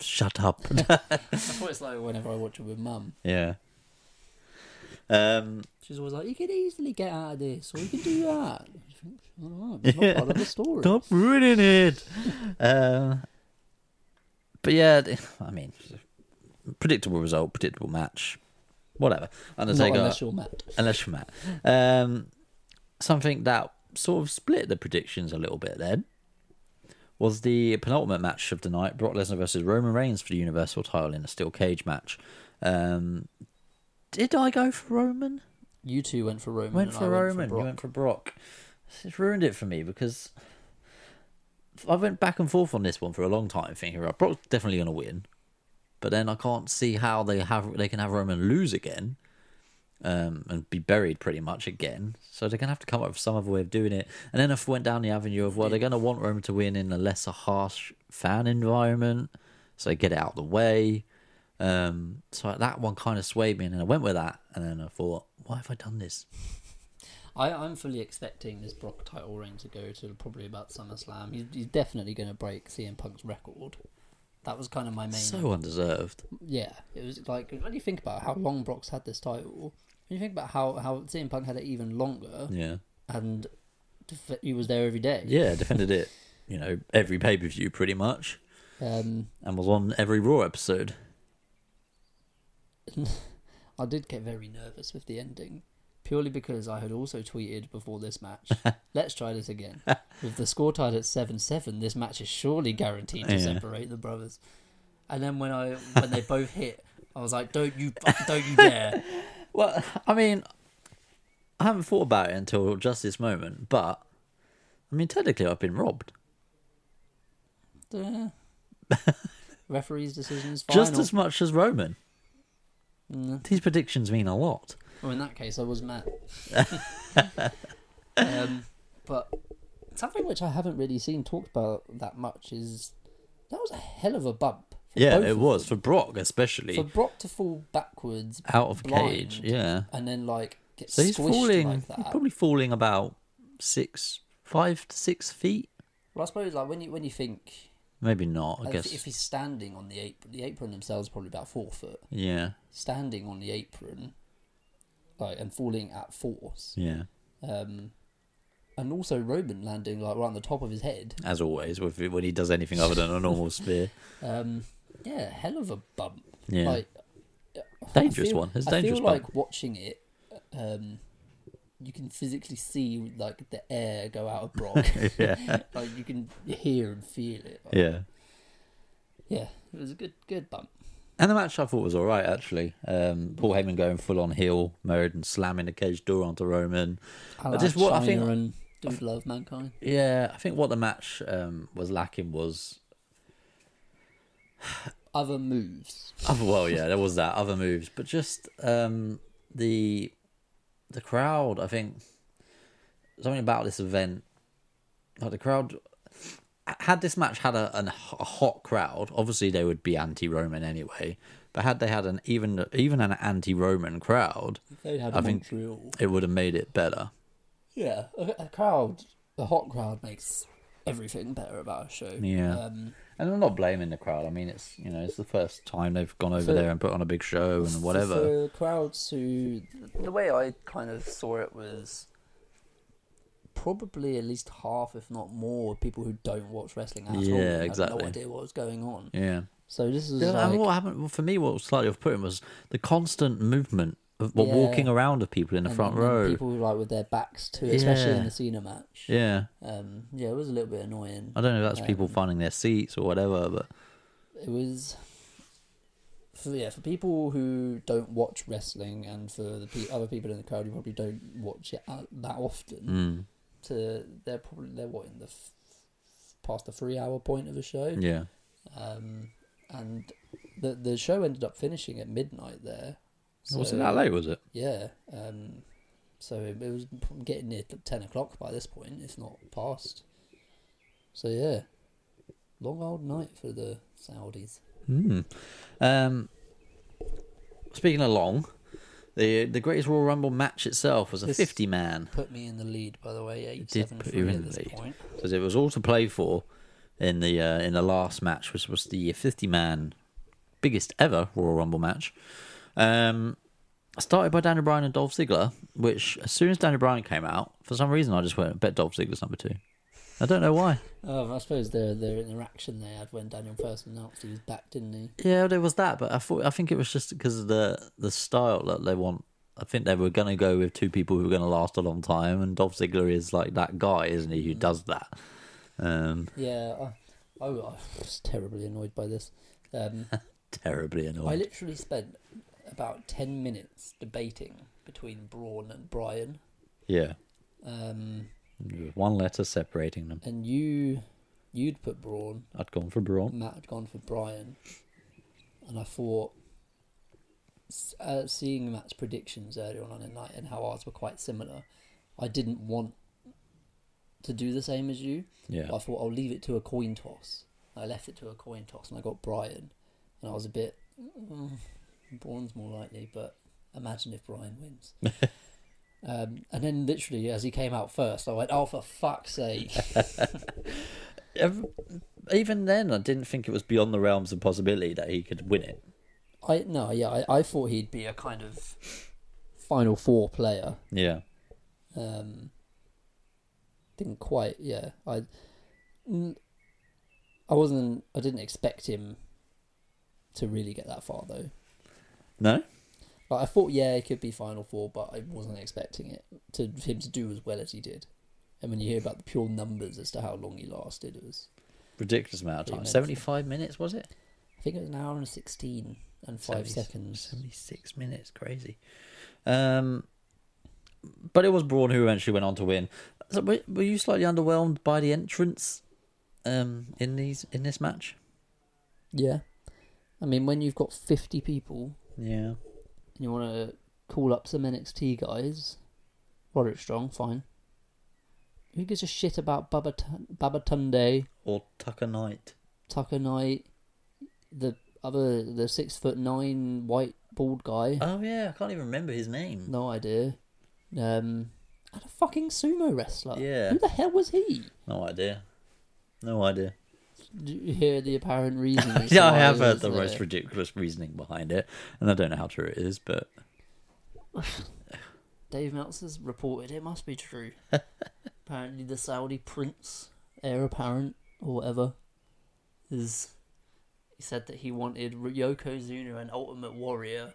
"Shut up."
That's what it's like whenever I watch it with mum.
yeah. Um.
She's always like, "You can easily get out of this, or you can do that." You think, "All right, It's not part of the story.
Stop ruining it. um. But yeah, th- I mean, predictable result, predictable match, whatever.
Not
Undertaker,
unless you're Matt.
unless you're Matt. Um, something that sort of split the predictions a little bit then was the penultimate match of the night Brock Lesnar versus Roman Reigns for the Universal title in a steel cage match. Um, did I go for Roman?
You two went for Roman.
Went
and
for
I
Roman.
Went for
you
Brock.
went for Brock. It's ruined it for me because I went back and forth on this one for a long time, thinking right, Brock's definitely going to win, but then I can't see how they have they can have Roman lose again, um, and be buried pretty much again. So they're going to have to come up with some other way of doing it. And then if I went down the avenue of well, they're going to want Roman to win in a lesser harsh fan environment, so get it out of the way. Um, so that one kind of swayed me, and then I went with that, and then I thought, why have I done this?
I, I'm fully expecting this Brock title reign to go to probably about SummerSlam. He's, he's definitely going to break CM Punk's record. That was kind of my main.
So undeserved.
yeah, it was like when you think about how long Brock's had this title, when you think about how how CM Punk had it even longer,
Yeah.
and def- he was there every day.
Yeah, defended it, you know, every pay per view pretty much,
Um,
and was on every Raw episode.
I did get very nervous with the ending, purely because I had also tweeted before this match, let's try this again. With the score tied at 7 7, this match is surely guaranteed to
Yeah.
separate the brothers. And then when I when they both hit, I was like, don't you don't you dare.
Well, I mean, I haven't thought about it until just this moment, but I mean, technically, I've been robbed.
Duh. Referee's decision is final.
Just as much as Roman. These predictions mean a lot.
Well, in that case, I was mad. um, but something which I haven't really seen talked about that much is that was a hell of a bump. for
Yeah,
both
it
of
was
them.
for Brock, especially
for Brock to fall backwards
out of
blind,
cage. Yeah,
and then like get
so
squished
he's falling.
like
he's
that.
probably falling about six, five to six feet.
Well, I suppose like when you when you think
Maybe not. I
like,
guess.
if, if he's standing on the apron, the apron themselves is probably about four foot.
yeah.
Standing on the apron, like and falling at force,
Yeah.
um, and also Roman landing like right on the top of his head.
as always, with when he does anything other than a normal spear.
Um, yeah, hell of a bump.
Yeah.
Like,
Dangerous
I feel-
one. It's a
I
dangerous
feel
bump.
like watching it. Um, you can physically see like the air go out of Brock.
yeah.
like you can hear and feel it. Like,
Yeah.
yeah, it was a good good bump.
And the match I thought was all right actually. Um, Paul Heyman going full on heel mode and slamming the cage door onto Roman.
I,
just what I think-
and Dude Love Mankind.
Yeah, I think what the match um, was lacking was
Other moves.
other, well, yeah, there was that other moves, but just um, the the crowd. I think something about this event, like the crowd. Had this match had a, an, a hot crowd, obviously they would be anti-Roman anyway. But had they had an even even an anti-Roman crowd,
They had
I think-
Montreal.
it would have made it better.
Yeah, a, a crowd, a hot crowd makes everything better about a show.
Yeah.
Um,
And I'm not blaming the crowd. I mean, it's you know, it's the first time they've gone over
So-
there and put on a big show and whatever.
For crowds who, the way I kind of saw it was probably at least half, if not more, people who don't watch wrestling at
Yeah,
all. had
exactly.
No idea what was going on.
Yeah.
So this is
Yeah, and
like,
what happened well, for me, what was slightly off putting was the constant movement of well,
Yeah.
walking around of people in the
and-
front
and then
row.
People like with their backs to, it, especially
Yeah.
in the Cena match.
Yeah,
Um, yeah, it was a little bit annoying.
I don't know if that's people
Um,
finding their seats or whatever, but
it was for yeah for people who don't watch wrestling and for the pe- other people in the crowd who probably don't watch it out that often
mm,
to they're probably they're what in the f- past the three hour point of the show
yeah,
um and the the show ended up finishing at midnight there
Oh, was
So,
it that late? Was it?
yeah um so it, it was getting near t- 10 o'clock by this point if not past so yeah long old night for the saudis
Mm. Um, speaking of long, the the Greatest Royal Rumble match itself was a
This-
fifty man.
put me in the lead, by the way. Eight,
did
seven,
put
three
you in
at
the
this
lead.
point.
because it was all to play for in the uh, in the last match, which was the 50 man biggest ever Royal Rumble match. Um, started by Daniel Bryan and Dolph Ziggler, which as soon as Daniel Bryan came out, for some reason I just went bet Dolph Ziggler's number two. I don't know why.
Oh, I suppose their their interaction they had when Daniel first announced he was back, didn't he?
Yeah, there was that, but I thought I think it was just because of the the style that they want. I think they were going to go with two people who were going to last a long time, and Dolph Ziggler is like that guy, isn't he, who does that? Um,
Yeah, I, I was terribly annoyed by this. Um,
terribly
I
annoying.
literally spent about ten minutes debating between Braun and Brian,
Yeah,
um,
one letter separating them.
and you you'd put Braun,
I'd gone for Braun.
Matt had gone for Brian, and I thought. s- Uh, seeing Matt's predictions earlier on in the night and how ours were quite similar, I didn't want to do the same as you.
Yeah.
But I thought I'll leave it to a coin toss. I left it to a coin toss, and I got Brian, and I was a bit. Mm, Braun's more likely, but imagine if Brian wins. um, and then literally, as he came out first, I went, "Oh, for fuck's sake!"
Ev- Even then, I didn't think it was beyond the realms of possibility that he could win it.
I no, yeah, I, I thought he'd be a kind of final four player.
Yeah.
Um, didn't quite, yeah. I, n- I wasn't. I didn't expect him to really get that far though.
No?
Like I thought, yeah, it could be Final Four, but I wasn't expecting it to him to do as well as he did. And when you hear about the pure numbers as to how long he lasted, it was
Ridiculous amount
Pretty
of time.
mental.
75 minutes, was it?
I think it was an hour and sixteen and
70
five seconds.
76 minutes. Crazy. Um, but it was Braun who eventually went on to win. So were, were you slightly underwhelmed by the entrance um, in these in this match?
Yeah, I mean when you've got fifty people
Yeah.
and you want to call up some NXT guys, Roderick Strong, fine. Who gives a shit about Baba Tun- Baba Tunde,
Or Tucker Knight?
Tucker Knight, the other the six foot nine white bald guy?
Oh, yeah. I can't even remember his name.
No idea. Um, and a fucking sumo wrestler.
Yeah.
Who the hell was he?
No idea. No idea.
Do you hear the apparent reason? as to
yeah, I
why
have
he
heard
was
the
there?
most ridiculous reasoning behind it, and I don't know how true it is, but
Dave Meltzer's reported it must be true. apparently, the Saudi prince, heir apparent, or whatever, is. He said that he wanted R- Yokozuna and Ultimate Warrior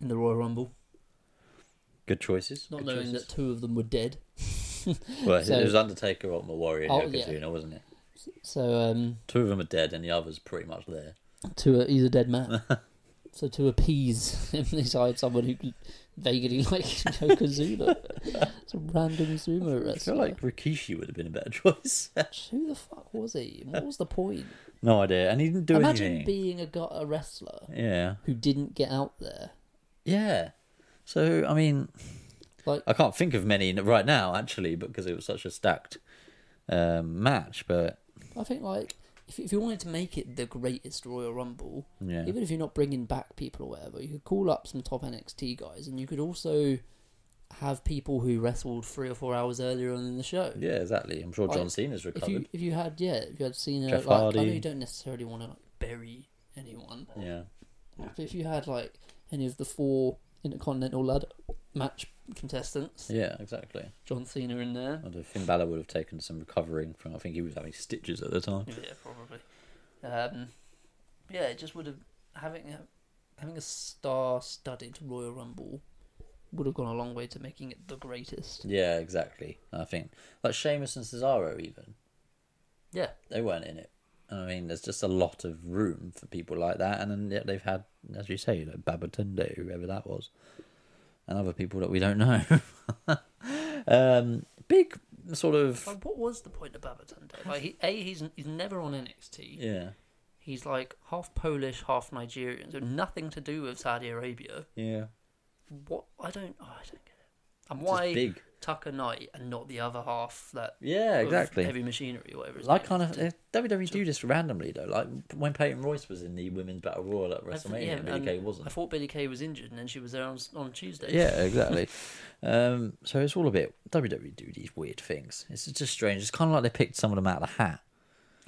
in the Royal Rumble,
good choices.
not
good choices.
knowing that two of them were dead.
Well, it
so-
was Undertaker, Ultimate Warrior, and
Oh,
Yokozuna, wasn't it?
So, um,
Two of them are dead, and the other's pretty much there.
to a, he's a dead man. so to appease him, he's hired someone who vaguely like Yokozuna. it's a random sumo
I feel
wrestler.
like Rikishi would have been a better choice.
Who the fuck was he? What was the point?
no idea. And he didn't do
Imagine
anything.
being a, gu- a wrestler
yeah.
who didn't get out there.
Yeah. So, I mean,
Like,
I can't think of many right now, actually, because it was such a stacked um, match. But
I think like if, if you wanted to make it the greatest Royal Rumble,
Yeah.
even if you're not bringing back people or whatever, you could call up some top NXT guys, and you could also have people who wrestled three or four hours earlier on in the show.
yeah, exactly. I'm sure
Like,
John Cena's
If you
recovered.
if you had yeah, if you had Cena,
Jeff
like, I know
Hardy.
you don't necessarily want to like bury anyone,
Yeah.
but if you had like any of the four Intercontinental ladder match contestants,
Yeah, exactly.
John Cena in there,
I don't know, Finn Balor would have taken some recovering from. I think he was having stitches at the time.
Yeah, probably. Um, yeah, it just would have having a having a star-studded Royal Rumble would have gone a long way to making it the greatest.
Yeah, exactly. I think like Sheamus and Cesaro, even
Yeah,
they weren't in it. I mean, there's just a lot of room for people like that, and then yet they've had, as you say, like Babatunde, whoever that was, and other people that we don't know. um, big sort of
like what was the point of Babatunde? Like, he, a he's he's never on NXT.
yeah,
He's like half Polish, half Nigerian, so nothing to do with Saudi Arabia.
yeah,
What I don't, oh, I don't get it. And
just
why
big.
Tucker Knight and not the other half that
yeah,
of
exactly.
heavy machinery or whatever? his
Like
name
kind
is?
of uh, WWE do this randomly though. Like when Peyton Royce was in the Women's Battle Royal at
I
WrestleMania,
th- yeah,
Billie
and
Kay wasn't.
I thought Billy Kay was injured, and then she was there on, on Tuesday.
Yeah, exactly. um, so it's all a bit WWE do these weird things. It's just strange. It's kind of like they picked some of them out of the hat.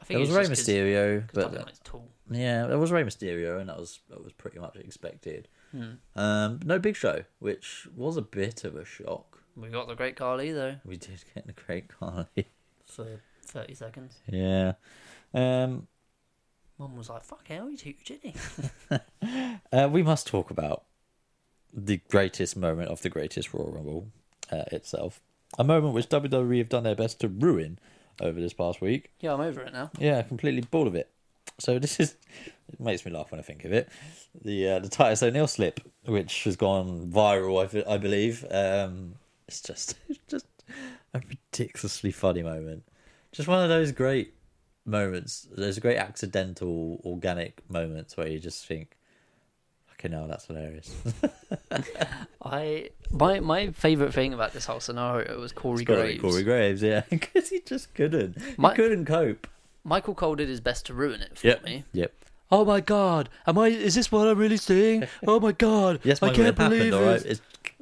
I think
There was
it's
Rey
just 'cause-
Mysterio,
'cause
but uh,
Tucker Knight's tall.
yeah, there was Rey Mysterio, and that was that was pretty much expected.
Hmm.
Um, no Big Show, which was a bit of a shock.
We got the Great Carly though
We did get the great Carly.
for thirty seconds.
yeah. Um,
Mum was like, "Fuck hell, he's huge, isn't he?"
Uh, we must talk about the greatest moment of the greatest Royal Rumble uh, itself. A moment which WWE have done their best to ruin over this past week.
yeah, I'm over it now.
Yeah, completely bored of it. So this is it makes me laugh when I think of it. The uh, the Titus O'Neil slip, which has gone viral, I, fe- I believe. Um, it's just it's just a ridiculously funny moment. Just one of those great moments. Those great accidental, organic moments where you just think, "Fucking hell, that's hilarious."
I my my favorite thing about this whole scenario was Corey Graves.
Corey Graves, yeah, because he just couldn't.
My-
he couldn't cope.
Michael Cole did his best to ruin it for me.
Yep.
Oh my god, am I? Is this what I'm really seeing? Oh my god,
Yes,
I
my
can't
it happened.
believe
All right,
this.
it's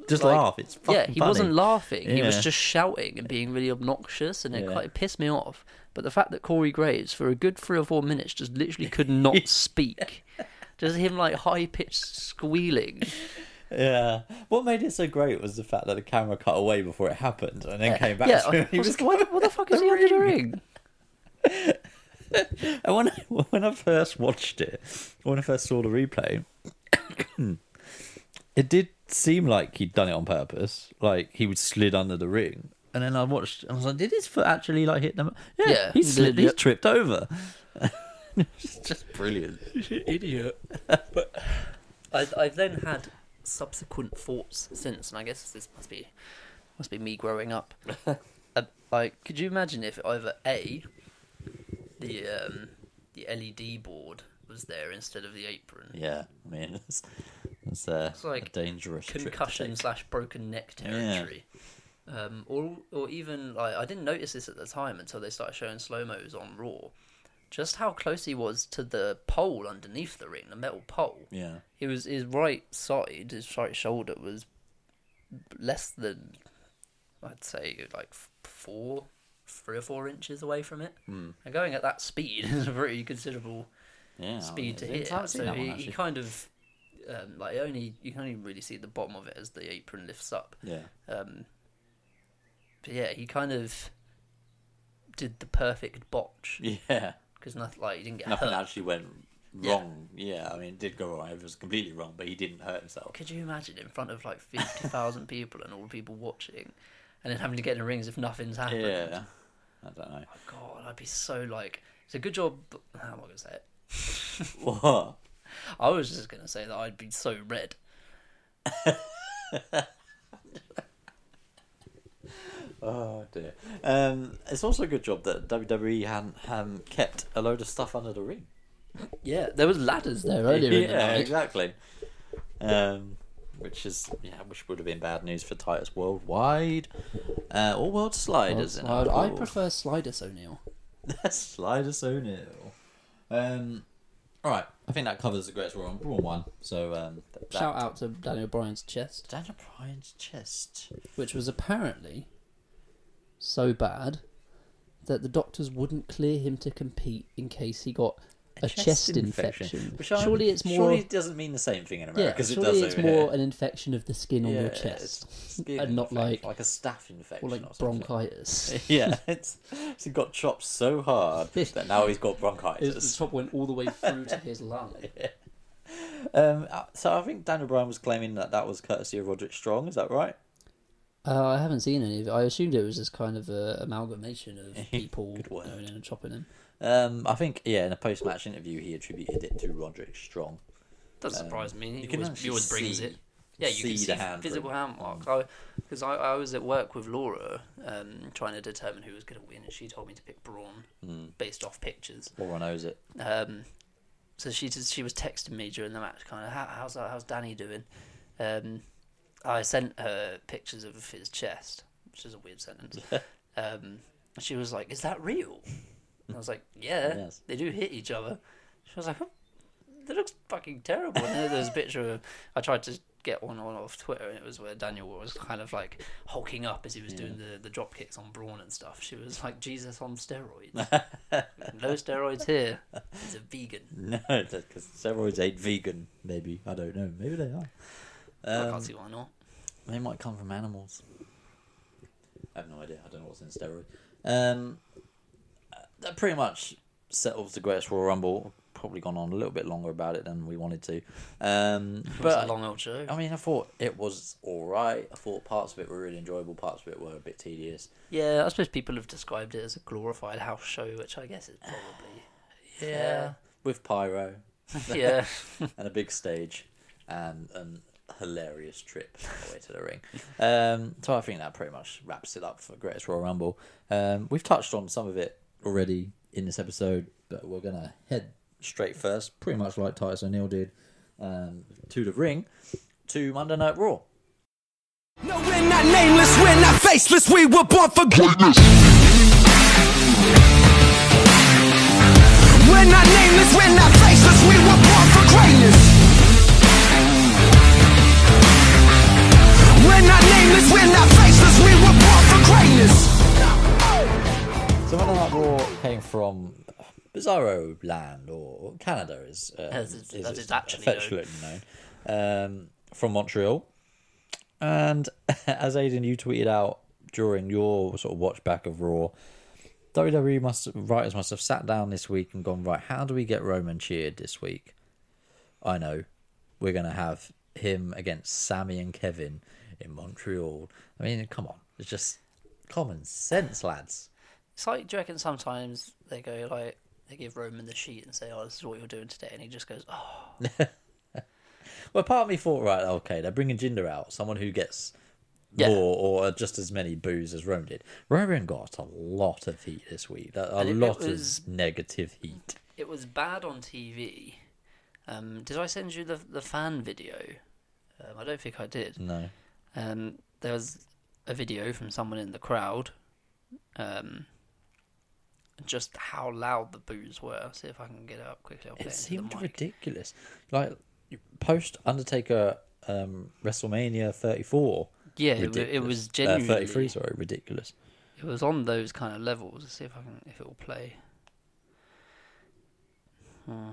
just
Like,
laugh. It's fucking
yeah, he
funny.
wasn't laughing. He was
Yeah.
just shouting and being really obnoxious, and it
Yeah.
quite it pissed me off. But the fact that Corey Graves, for a good three or four minutes, just literally could not speak, just him like high pitched squealing.
Yeah. What made it so great was the fact that the camera cut away before it happened and then came back
yeah,
to
I,
him.
I
He
was
was
like, what, what the fuck is he under the ring?
And when I, when I first watched it, when I first saw the replay, it did seem like he'd done it on purpose. Like he would slid under the ring. And then I watched and I was like, did his foot actually like hit them? Yeah,
Yeah,
he
he
slid,
did,
he
yeah.
tripped over. it's just brilliant.
Idiot. but I, I've then had subsequent thoughts since, and I guess this must be must be me growing up. uh, like, could you imagine if either a the um, the LED board was there instead of the apron?
Yeah, I mean, it's, it's, uh,
It's like
a dangerous trip to
concussion
take.
slash broken neck territory. Um, or or even like I didn't notice this at the time until they started showing slow mos on Raw. Just how close he was to the pole underneath the ring, the metal pole.
Yeah.
He was his right side, his right shoulder was less than I'd say like f- four, three or four inches away from it. Mm. And going at that speed is a pretty considerable
Oh, Yeah.
speed to hit. So he, he kind of um, like only you can only really see the bottom of it as the apron lifts up.
Yeah.
Um, but yeah, he kind of did the perfect botch
Yeah.
because nothing like he didn't get
Nothing
hurt.
actually went wrong. Yeah. I mean, it did go wrong. It was completely wrong, but he didn't hurt himself.
Could you imagine in front of like fifty thousand people and all the people watching, and then having to get in the rings if nothing's happened?
Yeah. I don't know.
God, I'd be so like. It's a good job. How am I gonna say it?
What?
I was just gonna say that I'd be so red.
Oh dear. Um, it's also a good job that WWE hadn't um, kept a load of stuff under the ring.
Yeah, there was ladders there earlier in the
yeah,
night.
exactly. Um, which is yeah, which would have been bad news for Titus worldwide uh, or World Sliders.
Well,
in our
I
pool.
prefer Slidus O'Neill.
Sliders O'Neill. Um, all right, I think that covers the Great Raw and Braun one. So um, th- that-
Shout out to Daniel Bryan's chest,
Daniel Bryan's chest.
which was apparently so bad that the doctors wouldn't clear him to compete in case he got a, chest, infection.
Which I'm-
Surely it's more.
Surely it doesn't mean the same thing in
yeah,
America as it
surely
does
it's
over
more
here.
an infection of the skin on your
Yeah,
chest,
it's skin
and not
infection,
like
like a staph infection
or
or
like
something.
bronchitis.
yeah, it's he got chopped so hard that now he's got
His
bronchitis.
top went all the way through to his lung.
Um, uh, so I think Daniel Bryan was claiming that that was courtesy of Roderick Strong. Is that right?
Uh, I haven't seen any of it. I assumed it was just kind of a amalgamation of people
Good work.
going in and chopping him.
Um, I think yeah. In a post-match interview, he attributed it to Roderick Strong.
Doesn't surprise me.
Um, you
He
can
always,
actually
he always brings
see-
it. Yeah, you
see
can see
the handprint.
physical hand marks. Because I, I, was at work with Laura um, trying to determine who was going to win, and she told me to pick Braun
Hmm.
based off pictures.
Laura knows it.
Um, so she just, she was texting me during the match, kind of How, how's that- how's Danny doing? Um, I sent her pictures of his chest, which is a weird sentence. um, and she was like, "Is that real?" And I was like, "Yeah,
Yes.
they do hit each other." She was like, oh, "That looks fucking terrible." And then there's a picture of I tried to get one on off Twitter, and it was where Daniel was kind of like hulking up as he was doing the the drop kicks on Braun and stuff. She was like, "Jesus on steroids." No steroids here. He's a vegan.
No, because steroids ain't vegan. Maybe I don't know. Maybe they are.
I
Um,
can't see why not.
they might come from animals. I have no idea. I don't know what's in steroid. Um, uh, that pretty much settles the Greatest Royal Rumble. Probably gone on a little bit longer about it than we wanted to. Um,
But
but
it's a long old show.
I mean, I thought it was all right. I thought parts of it were really enjoyable. Parts of it were a bit tedious.
yeah, I suppose people have described it as a glorified house show, which I guess is probably yeah,
Uh, with pyro
yeah.
and a big stage and an hilarious trip on the way to the ring. Um, so I think that pretty much wraps it up for Greatest Royal Rumble. Um, we've touched on some of it already in this episode, but we're gonna head straight first, pretty much like Titus O'Neil did, um, to the ring to Monday Night Raw.
No, we're not nameless, we're not faceless, we were born for greatness. We're not nameless, we're not faceless, we were born for greatness. We're not nameless, we're not faceless, we were born for greatness.
So Monday Night Raw came from Bizarro Land or Canada is uh,
As it's-
is
as it's actually known.
affectionately known um, from Montreal. And as Aidan, you tweeted out during your sort of watch back of Raw, WWE must writers must have sat down this week and gone right. How do we get Roman cheered this week? I know we're gonna have him against Sammy and Kevin in Montreal. I mean, come on, it's just common sense, lads.
It's like, do you reckon sometimes they go like they give Roman the sheet and say, "Oh, this is what you're doing today," and he just goes, "Oh,
Well, part of me thought, right, okay, they're bringing Jinder out, someone who gets
Yeah.
more or just as many boos as Roman did. Roman got a lot of heat this week, a, a
And it- it
lot
was-
of negative heat.
it was bad on TV." Um, did I send you the the fan video? Um, I don't think I did.
No,
Um, there was a video from someone in the crowd, um, just how loud the boos were. I'll see if I can get it up quickly. I'll play
it
it into
seemed
the mic.
ridiculous. Like post Undertaker um, WrestleMania 34.
Yeah, it, wa- it
ridiculous.
was
Uh,
genuinely.
33, sorry, ridiculous.
It was on those kind of levels. Let's see if I can if it will play. Hmm.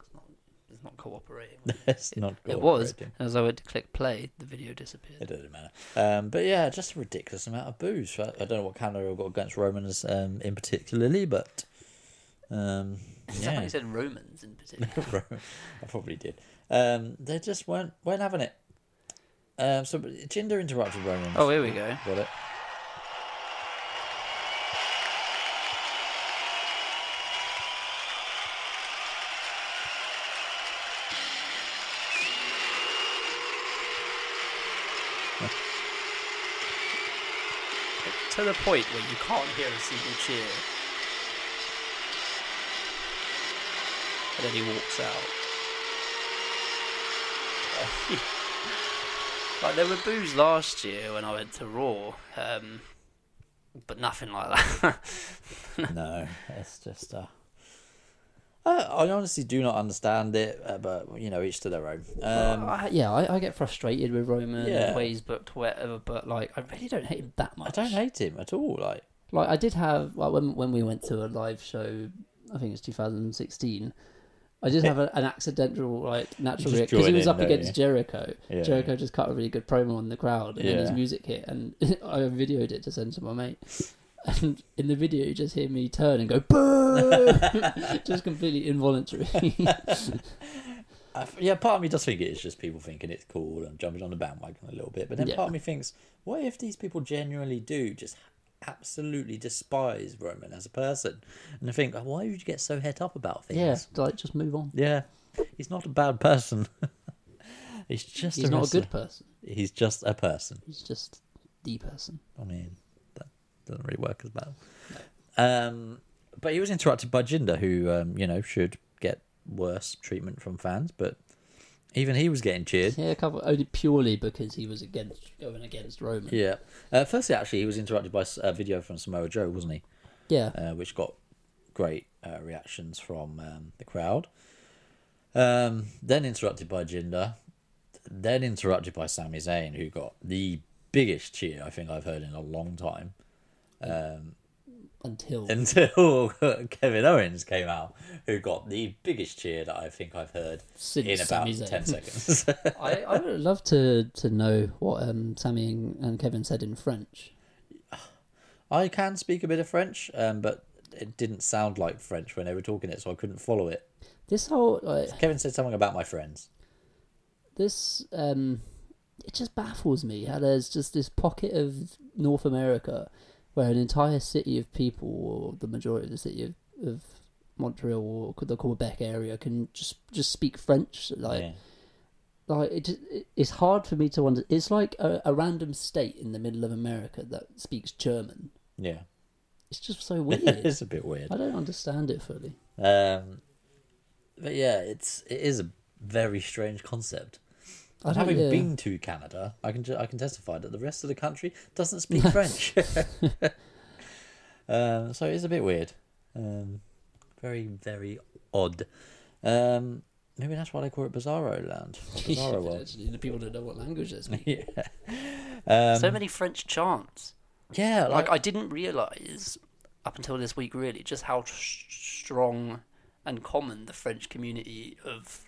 It's not. It's not cooperating.
It's not good.
it was. As I went to click play, the video disappeared.
It doesn't matter. Um, but yeah, just a ridiculous amount of booze. I, I don't know what Canada have got against Romans um, in particularly, but um,
It
yeah,
definitely said Romans in particular.
I probably did. Um, they just weren't weren't having it. Um, so but Jinder interrupted Roman.
oh, here we go.
got it.
to the point where you can't hear a single cheer. And then he walks out. like there were boos last year when I went to Raw, um, but nothing like that.
no, it's just. Uh, I, I honestly do not understand it, uh, but you know, each to their own. Um,
I, Uh, yeah, I, I get frustrated with Roman
Yeah.
and ways booked whatever, but like I really don't hate him that much.
I don't hate him at all. Like,
like I did have like when when we went to a live show, I think it was 2016. I did have a, an accidental like natural
Just
reaction because he
join
was
in,
up
don't
against
you?
Jericho.
Yeah.
Jericho just cut a really good promo on the crowd, and then his
Yeah.
music hit, and I videoed it to send to my mate. And in the video, you just hear me turn and go boo, just completely involuntary.
I f yeah, part of me does think it is just people thinking it's cool and jumping on the bandwagon a little bit, but then
Yeah.
part of me thinks, what if these people genuinely do just absolutely despise Roman as a person, and I think, oh, why would you get so het up about things?
yeah, like just move on.
Yeah, he's not a bad person. he's just
He's not a good person.
good. He's just a person.
He's just the person.
I mean, that doesn't really work as well. Um, but he was interrupted by Jinder, who um, you know should get worse treatment from fans, but even he was getting cheered.
Yeah, cover only purely because he was against going against Roman.
Yeah. Uh, firstly, actually, he was interrupted by s- a video from Samoa Joe, wasn't he?
Yeah.
Uh, which got great uh, reactions from um, the crowd. Um, then interrupted by Jinder. Then interrupted by Sami Zayn, who got the biggest cheer I think I've heard in a long time.
until
Until Kevin Owens came out, who got the biggest cheer that I think I've heard
Since
in about
Sami Zayn.
10 seconds.
I, I would love to to know what um, Sammy and, and Kevin said in French.
I can speak a bit of French, um, but it didn't sound like French when they were talking it, so I couldn't follow it.
This whole like
Kevin said something about my friends.
this um, it just baffles me how there's just this pocket of North America where an entire city of people, or the majority of the city of, of Montreal or the Quebec area, can just just speak French. Like
Yeah.
like it, just- it, it's hard for me to wonder. It's like a, a random state in the middle of America that speaks German.
Yeah.
It's just so weird.
it's a bit weird.
I don't understand it fully.
Um, but yeah, it's it is a very strange concept.
I don't,
Having
yeah.
been to Canada, I can ju- I can testify that the rest of the country doesn't speak French. um, so it's a bit weird. Um, very very odd. Um, maybe that's why they call it Bizarro Land, or Bizarro World.
Actually, the people don't know what language they speak.
yeah,
so many French chants.
yeah,
like
like,
I didn't realize up until this week really just how tr- strong and common the French community of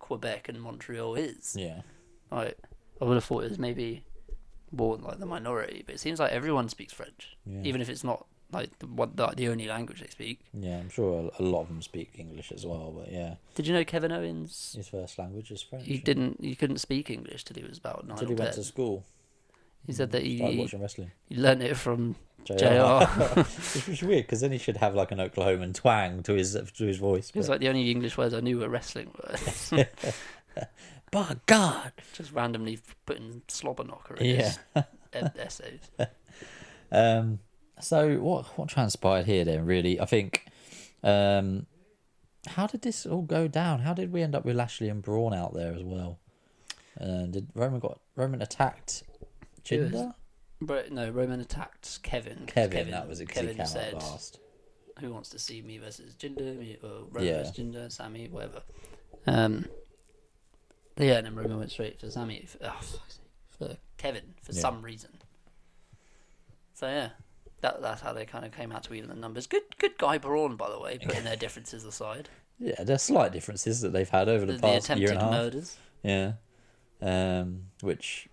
Quebec and Montreal is.
yeah,
Like I would have thought it was maybe more like the minority, but it seems like everyone speaks French, even if it's not like the one the, the only language they speak.
yeah. I'm sure a, a lot of them speak English as well, but yeah,
Did you know Kevin Owens?
his first language is French.
He didn't. He couldn't speak English till he was about nine
until
or
he went
ten.
to school,
He said that he,
started
he,
watching wrestling.
he learned it from
JR.
JR.
Which was weird because then he should have like an Oklahoman twang to his to his voice.
It was
But,
like the only English words I knew were wrestling words.
by God,
Just randomly putting slobber knocker in
yeah.
his e- essays.
Um, so what what transpired here then? Really, I think. Um, how did this all go down? How did we end up with Lashley and Braun out there as well? Uh, did Roman got Roman attacked Jinder?
But no, Roman attacked Kevin.
Kevin, that was it. 'cause he
Kevin
came out
said,
last.
"Who wants to see me versus Jinder? Me, or Roman
Yeah.
versus Jinder, Sammy, whatever." Um. Yeah, and then Roman went straight for Sammy. For, oh, fuck's sake, for Kevin for
Yeah.
some reason. So yeah, that that's how they kind of came out to even the numbers. Good, good guy Braun, by the way, putting their differences aside.
Yeah, there's slight differences that they've had over the,
The, the
past year
attempted
and a half.
murders.
Yeah, um, which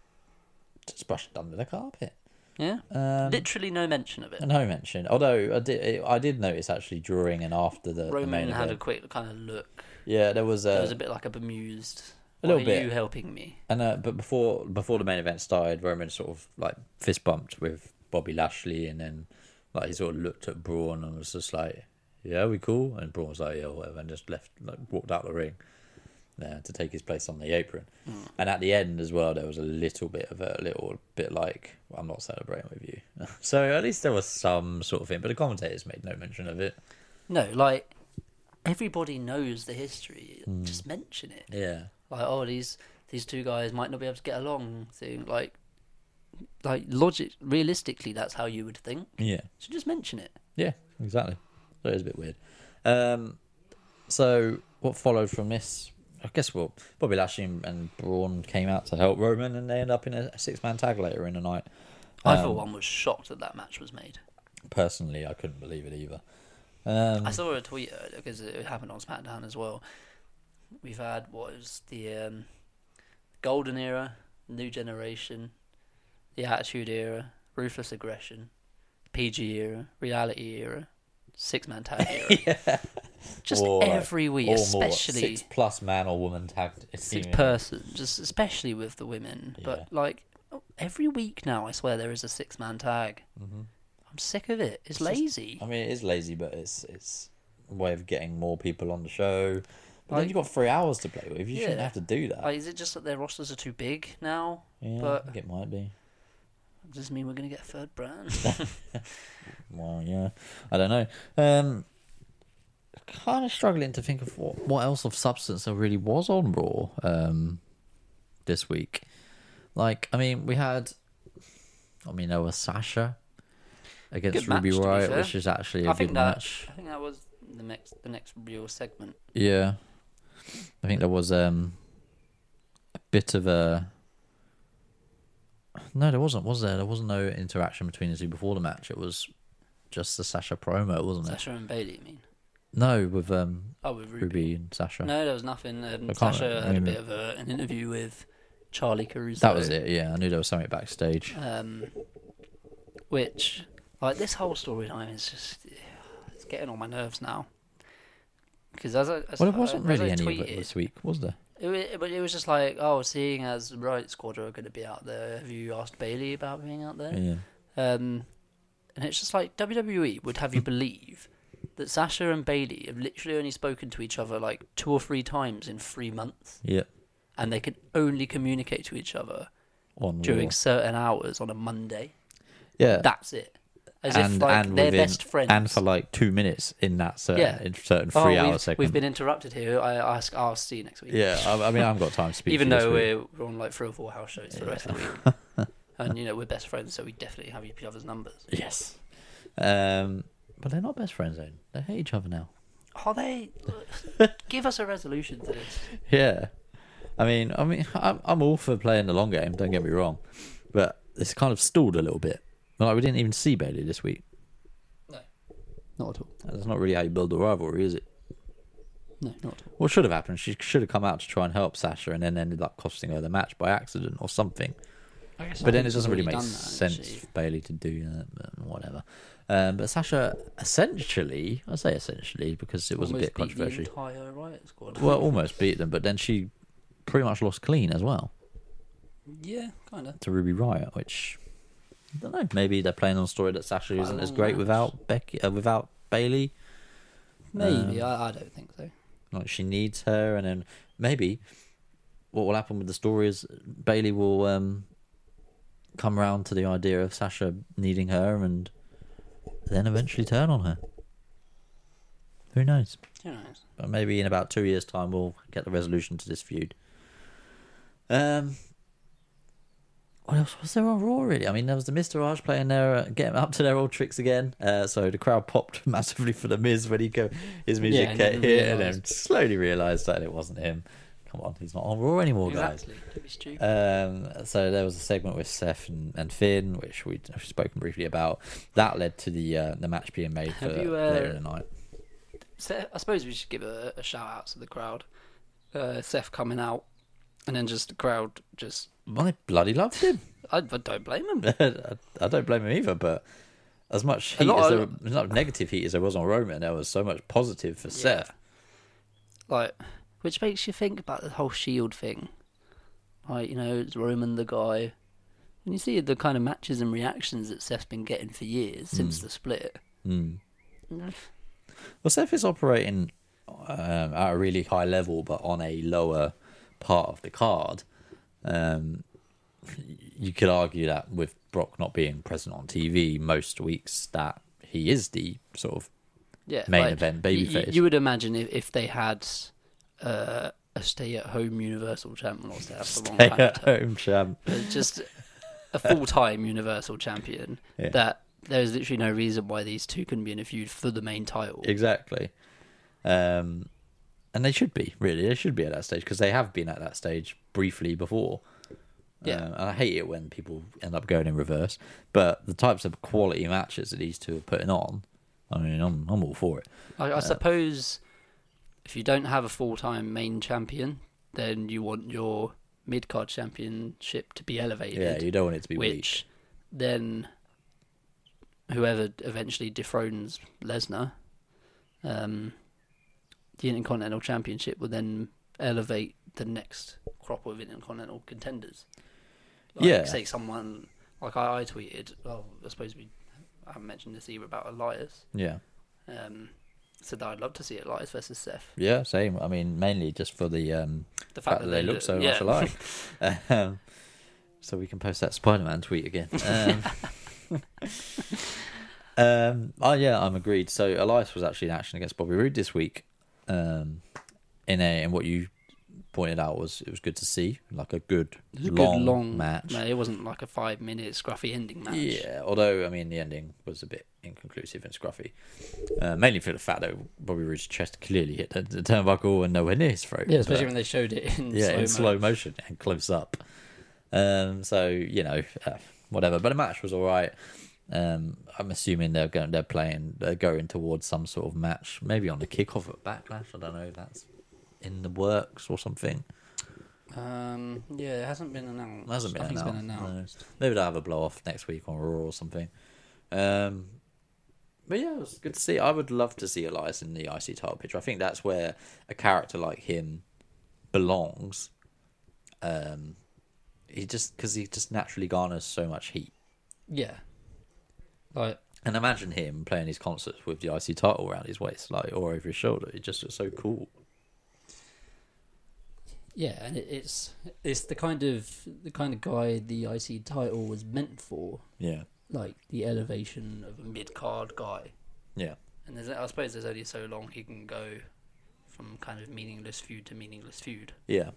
just brushed under the carpet.
Yeah,
Um,
literally no mention of it.
No mention. Although I did, I did notice actually during and after the, the main
Roman had a
event.
quick kind of look.
Yeah, there was a,
It was a bit like a bemused.
Uh, A
"Why
little
are
bit.
You helping me?
and uh, but before before the main event started, Roman sort of like fist bumped with Bobby Lashley, and then like he sort of looked at Braun and was just like, "Yeah, we cool," and Braun was like, "Yeah, whatever," and just left, like walked out the ring. there to take his place on the apron.
Mm.
And at the end as well, there was a little bit of a little bit like, "I'm not celebrating with you." so at least there was some sort of thing. But the commentators made no mention of it.
No, like everybody knows the history.
Hmm.
Just mention it.
Yeah,
Like, oh, these these two guys might not be able to get along. Thing like, like logic, realistically, that's how you would think.
yeah.
So just mention it.
Yeah, exactly. So it is a bit weird. Um, so what followed from this? I guess well, Bobby Lashley and Braun came out to help Roman, and they end up in a six-man tag later in the night.
I
Um,
for one was shocked that that match was made.
Personally, I couldn't believe it either. Um, Mm.
I saw a tweet earlier because it happened on SmackDown as well. We've had what was the um, Golden Era, New Generation, the Attitude Era, Ruthless Aggression, PG Era, Reality Era, Six Man Tag Era. Just
Or, like,
every week,
or more,
especially
six-plus man or woman tag.
six
team.
person, just especially with the women.
Yeah.
But like every week now, I swear there is a six man tag.
Mm-hmm.
I'm sick of it. It's, lazy.
I mean, it is lazy, but it's it's a way of getting more people on the show. But then
Like-
you've got three hours to play with. You shouldn't
Yeah.
have to do that.
like, is it just that their rosters are too big now?
yeah,
but
I think it might be.
Does this mean we're going to get a third brand?
Well, yeah, I don't know. Um, kind of struggling to think of what, what else of substance there really was on Raw um, this week. Like, I mean, we had, I mean, there was Sasha against
Good
Ruby
match, to be
Riot,
fair.
which is actually a
I
good
think that
match.
I think that was the next the next real segment.
Yeah, I think there was um, a bit of a. No, there wasn't. Was there? There wasn't no interaction between the two before the match. It was just the Sasha promo, wasn't it?
Sasha and Bailey, you mean?
No, with um
Oh, with Ruby.
Ruby and Sasha.
No, there was nothing. Um,
can't
Sasha had a
remember.
bit of a, an interview with Charlie Caruso.
That was it. Yeah, I knew there was something backstage.
Um, which, like, this whole storyline is just it's getting on my nerves now. Because as I as
well,
I-
there wasn't
as I
really any of
tweeted-
it this week, was there?
It, wa- but it was just like, oh, seeing as Riot Squad are going to be out there, have you asked Bailey about being out there?
Yeah.
Um, and it's just like WWE would have you believe that Sasha and Bailey have literally only spoken to each other like two or three times in three months,
Yeah.
and they can only communicate to each other
On
during
Raw.
certain hours on a Monday.
Yeah.
That's it. As if like they're
within-
best friends.
And for like two minutes in that certain
Yeah.
in certain
Oh,
three hour
we've,
segment.
We've been interrupted here. I ask. I'll see you next week.
yeah, I, I mean, I haven't got time to speak.
Even
to you this
though
week.
we're, we're on like three or four house shows for the rest of the week, and you know we're best friends, so we definitely have each other's numbers.
yes, um, but they're not best friends. Then they hate each other now.
Are they? Give us a resolution to this.
Yeah, I mean, I mean, I'm, I'm all for playing the long game. Don't get me wrong, but it's kind of stalled a little bit. Like we didn't even see Bailey this week.
Not at all.
That's not really how you build a rivalry, is it?
No, not at all.
What should have happened? She should have come out to try and help Sasha, and then ended up costing her the match by accident or something. But then it doesn't really make sense for Bailey to do that, but whatever. Um, but Sasha, essentially, I say essentially because it was a bit controversial.
The entire riot squad.
well, almost beat them, but then she pretty much lost clean as well
yeah, kind of.
to Ruby Riot, which I don't know. Maybe they're playing on a story that Sasha
Quite a
isn't as
long
great
match.
without Becky, uh, without Bailey.
Maybe. I, I don't think so.
Like she needs her, and then maybe what will happen with the story is Bailey will um, come round to the idea of Sasha needing her, and then eventually turn on her. Who knows?
Who knows?
But maybe in about two years' time, we'll get the resolution to this feud. Um, what else was there on Raw? Really, I mean, there was the Miz Taraj playing their uh, getting up to their old tricks again. Uh, so the crowd popped massively for the Miz when he go his music
and then
hit, and then
realised.
slowly realised that it wasn't him. Come on, he's not on Raw anymore, guys.
Exactly. Don't be stupid.
Um, so there was a segment with Seth and, and Finn, which we've spoken briefly about. That led to the uh, the match being made for
Have you, uh,
later in the night.
Seth, I suppose we should give a, a shout out to the crowd. Uh, Seth coming out, and then just the crowd just.
I bloody loved him.
I, I don't blame him.
I I don't blame him either, but as much heat
lot
as there,
of-
as much negative heat as there was on Roman, there was so much positive for Seth.
like which makes you think about the whole shield E thing like you know it's roman the guy and you see the kind of matches and reactions that seth's been getting
Hmm.
for years since the split
Well, Seth is operating um, at a really high level, but on a lower part of the card, um, you could argue that with Brock not being present on TV most weeks, that he is the sort of
Yeah,
main event,
y- y-
babyface.
You would imagine if, if they had uh, a stay-at-home Universal Champion, or stay-at-home
home champ.
just a full-time Universal Champion,
Yeah.
that there's literally no reason why these two couldn't be in a feud for the main title.
Exactly. Um, and they should be really. They should be at that stage because they have been at that stage briefly before.
Yeah.
Um, and I hate it when people end up going in reverse. But the types of quality matches that these two are putting on, I mean, I'm I'm all for it.
I,
Uh,
I suppose if you don't have a full-time main champion, then you want your mid-card championship to be elevated.
Yeah, you don't want it to be weak.
which then whoever eventually dethrones Lesnar, um, the Intercontinental Championship will then elevate the next crop of Intercontinental contenders. Like,
Yeah.
say someone like I, I tweeted. Well, I suppose we I haven't mentioned this either about Elias.
Yeah.
Um, said that I'd love to see Elias versus Seth.
Yeah, same. I mean, mainly just for the um,
The
fact that they look so much alike. um, so we can post that Spider-Man tweet again. Um, um, oh yeah, I'm agreed. So Elias was actually in action against Bobby Roode this week. Um, in a and what you pointed out was it was good to see like a good,
It was a
long,
good long
match.
No, it wasn't like a five-minute scruffy ending match.
Yeah, although I mean the ending was a bit inconclusive and scruffy, uh, mainly for the fact that Bobby Roode's chest clearly hit the, the turnbuckle and nowhere near his throat.
Yeah, especially
But-
when they showed it in
yeah,
slow
in slow motion and close up. Um, so you know, uh, whatever. But the match was all right. Um, I'm assuming they're going, they're playing, they're going towards some sort of match, maybe on the kickoff at Backlash. I don't know. if That's in the works or something.
Um, yeah, it hasn't been announced.
It hasn't been
I think
announced.
It's been announced.
No. Maybe they'll have a blow off next week on Raw or something. Um, but yeah, it was good to see. I would love to see Elias in the IC title picture. I think that's where a character like him belongs. Um, he just because he just naturally garners so much heat.
Yeah, like
And imagine him playing his concerts with the IC title around his waist, like or over his shoulder. It just looks so cool.
yeah, and it, it's it's the kind of the kind of guy the IC title was meant for,
Yeah,
like the elevation of a mid.
Mid-card guy.
yeah,
And there's, I suppose there's only so long he can go from kind of meaningless feud to meaningless feud.
yeah.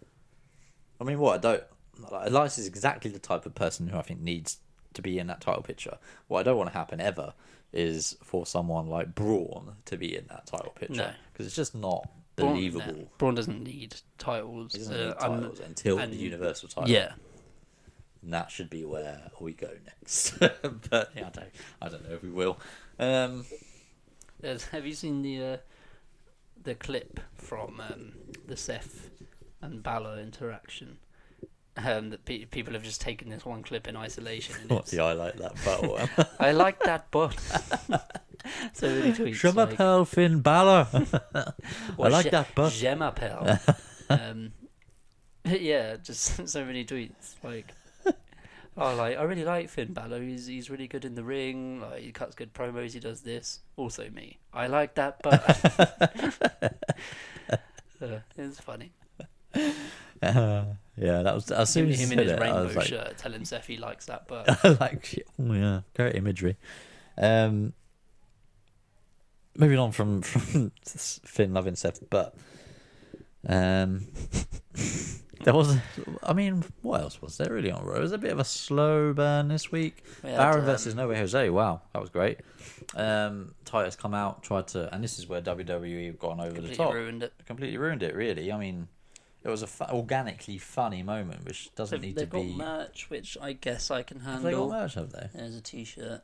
I mean, what I don't like, Elias is exactly the type of person who I think needs to be in that title picture. What I don't want to happen ever is for someone like Braun to be in that title picture
No.
because it's just not
Braun-
believable.
no, Braun doesn't need titles.
He doesn't
uh,
need
I'm-
titles until
and-
the Universal title.
Yeah,
and that should be where we go next. but yeah, I don't, I don't know if we will. Um,
There's, have you seen the uh, the clip from um, the Seth and Balor interaction? Um, that pe- people have just taken this one clip in isolation. And
what
it's,
do I like that battle?
I like that bot. so many tweets.
Je
like,
m'appelle Finn Balor. I
Or
like
Je-
that bot.
Je m'appelle. um, yeah, just so many tweets. Like, oh, like I really like Finn Balor. He's he's really good in the ring. Like he cuts good promos. He does this. Also me. I like that but uh, it's funny.
Uh, yeah, that was as soon
Him,
as you
him in
said
his
it, I
rainbow
was like,
shirt. Tell him Seth he likes that but
like oh yeah, great imagery. Um, moving on from from Finn loving Seth, but um, there was. I mean, what else was there really on Raw? It was a bit of a slow burn this week.
We had,
Baron
um,
versus Nowhere Jose. Wow, that was great. Um, Titus come out, tried to, and this is where WWE have gone over the
completely
top.
ruined it.
Completely ruined it. Really, I mean. It was a fu- organically funny moment, which doesn't
They've,
need
they've
to
got
be.
merch, which I guess I can
Have they got
handle.
merch, have they?
There's a T-shirt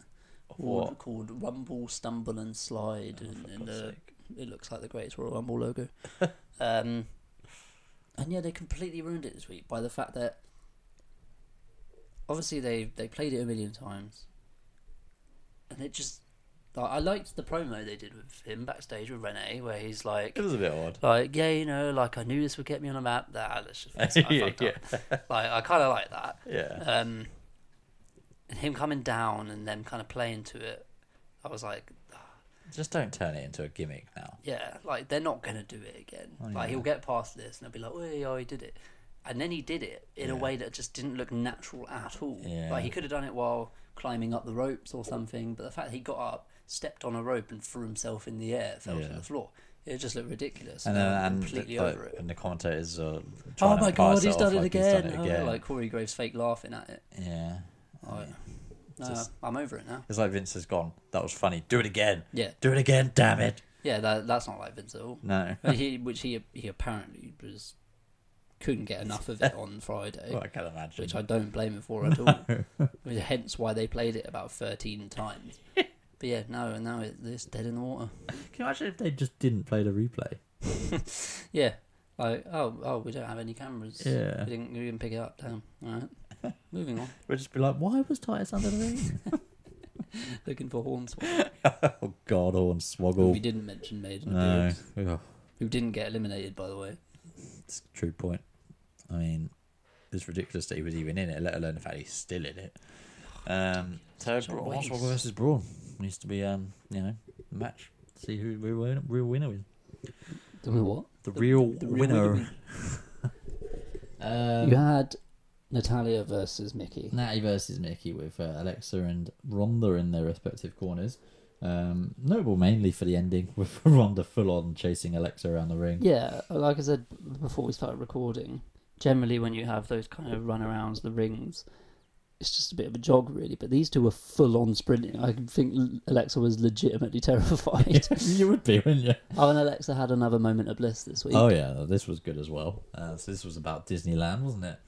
What? Oh,
called, called Rumble, Stumble, and Slide, and, and the, it looks like the Greatest Royal Rumble logo. um, and yeah, they completely ruined it this week by the fact that obviously they they played it a million times, and it just like, I liked the promo they did with him backstage with Renee, where he's like.
It was a bit odd.
Like yeah, you know, like I knew this would get me on a map. That
"Ah,
let's just fix it. I
Yeah,
fucked up. Like I kind of like that.
Yeah.
um, him coming down and them kind of playing to it, I was like,
Just don't turn it into a gimmick now.
Yeah, like they're not gonna do it again. Like
Oh, yeah.
he'll get past this and they'll be like, "Oh, yeah, he did it," and then he did it in a way that just didn't look natural at all.
Yeah.
Like he could have done it while climbing up the ropes or something, but the fact that he got up, stepped on a rope, and threw himself in the air, fell to
Yeah.
the floor, it just looked ridiculous.
And
I'm
then and
completely
like,
over it.
and the commentators are.
Oh
trying to
my god,
pass
he's
off
done, it
like
again.
He's done it
Oh,
again!
like Corey Graves fake laughing at it.
yeah,
Like, no,
just-
I'm over it now.
it's like Vince has gone. That was funny. Do it again.
Yeah.
do it again. Damn it.
Yeah, that, that's not like Vince at all.
No.
And he, which he he apparently was couldn't get enough of it on Friday,
Well, I can imagine.
which I don't blame him for at all. Which- Hence why they played it about thirteen times. but yeah, no, and now it, it's dead in the water.
Can you imagine if they just didn't play the replay?
Yeah, like oh oh, we don't have any cameras.
Yeah.
we didn't we didn't pick it up. Damn. All right, moving on.
We'd just be like, why was Titus under the ring?
Looking for horns.
oh God, Horn
We
Swoggle.
didn't mention Maiden.
No,
appearance,
Ugh,
Who didn't get eliminated, by the way.
it's a true point. I mean, it's ridiculous that he was even in it, let alone the fact he's still in it. Um, so
a
Bra- Horn
waste.
Swoggle versus Braun needs to be, um, you know, a match. See who the real, real winner is.
The what?
The, real
the real
winner.
winner.
um,
You had Natalia versus Mickey.
Natty versus Mickey with uh, Alexa and Ronda in their respective corners. Um, notable mainly for the ending with Ronda full on chasing Alexa around the ring.
Yeah, like I said before we started recording, generally when you have those kind of runarounds, the rings, it's just a bit of a jog really. But these two were full on sprinting. I think Alexa was legitimately terrified.
you would be, wouldn't you?
oh, and Alexa had another moment of bliss this week.
Oh yeah, this was good as well. Uh, so this was about Disneyland, wasn't it?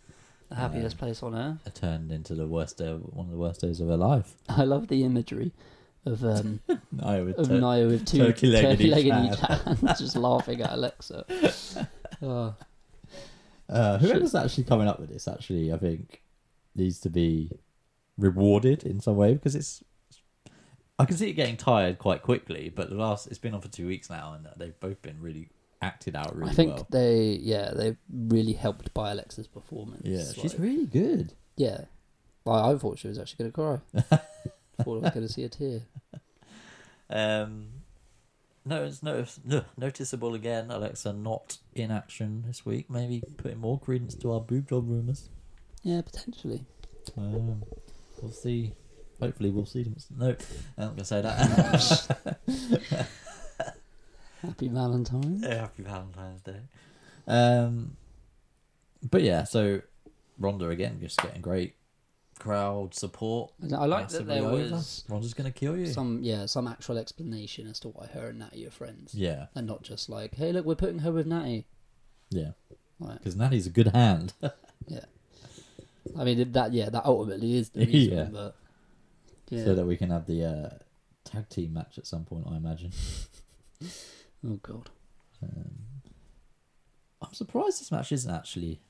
the happiest place on earth.
It turned into the worst day, one of the worst days of her life.
I love the imagery of um,
No, with
of
Tur-
Nia with two
turkey leg in
turkey
each
leg in each hand, just laughing at Alexa. Oh,
uh, whoever's actually coming up with this actually, I think, needs to be rewarded in some way because it's. I can see it getting tired quite quickly, but the last it's been on for two weeks now, and they've both been really acted out really
I think
well.
they, yeah, they really helped by Alexa's performance.
Yeah,
Like,
she's really good.
Yeah. I I thought she was actually going to cry. thought I was going to see a tear.
Um, no, it's no, no noticeable again. Alexa not in action this week. Maybe putting more credence to our boob job rumors.
Yeah, potentially.
Um, we'll see. Hopefully, we'll see them. No, I'm not gonna say that.
Happy Valentine's.
Yeah, Happy Valentine's Day. Um, but yeah, so Ronda again, just getting great crowd support.
And I like that
Massively
there
over.
was
Ronda's gonna kill you.
some, yeah, some actual explanation as to why her and Natty are friends,
Yeah,
and not just like, hey, look, we're putting her with Natty.
yeah.
Right.
Because Natty's a good hand.
Yeah. I mean that, yeah, that ultimately is the reason,
Yeah.
but yeah.
so that we can have the uh, tag team match at some point. I imagine.
oh god.
I'm surprised this match isn't actually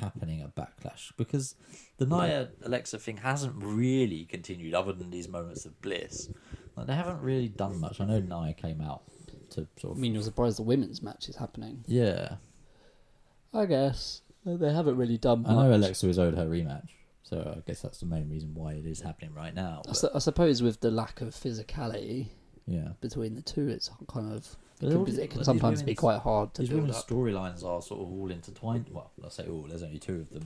happening at Backlash because the Nia Alexa thing hasn't really continued other than these moments of bliss. Like they haven't really done much. I know Nia came out to sort
I
of
mean, you're surprised the women's match is happening.
yeah.
I guess they haven't really done much.
I know Alexa was owed her rematch, so I guess that's the main reason why it is happening right now.
I,
but-
su- I suppose with the lack of physicality,
yeah,
between the two, it's kind of
But
it
all
can,
the-
it can
but
sometimes
these
be
women's-
quite hard to
these
build
women's
up.
storylines are sort of all intertwined. Well, I say all. There's only two of them,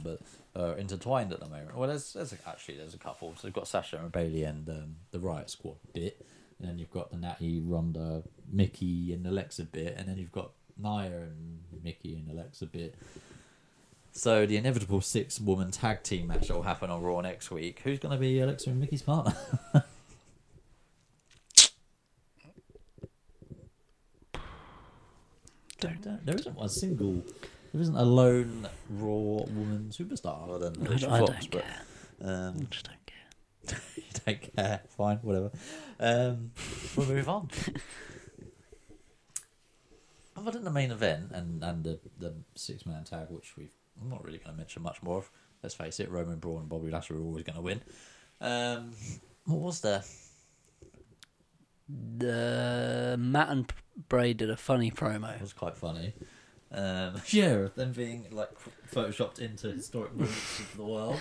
but uh, intertwined at the moment. Well, there's, there's a- actually there's a couple. So you've got Sasha and Bailey and um, the Riot Squad bit, and then you've got the Natty, Ronda, Mickey, and Alexa bit, and then you've got Nia and Mickey and Alexa bit. So the inevitable six-woman tag team match that will happen on Raw next week. Who's going to be Alexa and Mickey's partner? Don't, don't, there isn't a single, there isn't a lone Raw woman superstar other than Alicia
I
Fox.
don't
but,
care.
Um,
I just don't care.
you don't care. Fine, whatever. Um, we'll move on. Other than the main event and, and the, the six man tag, which we've I'm not really going to mention much more of. Let's face it, Roman Braun and Bobby Lashley are always going to win. Um, what was there?
The Matt and Bray did a funny promo.
It was quite funny. Um, yeah, of them being like photoshopped into historic moments of the world.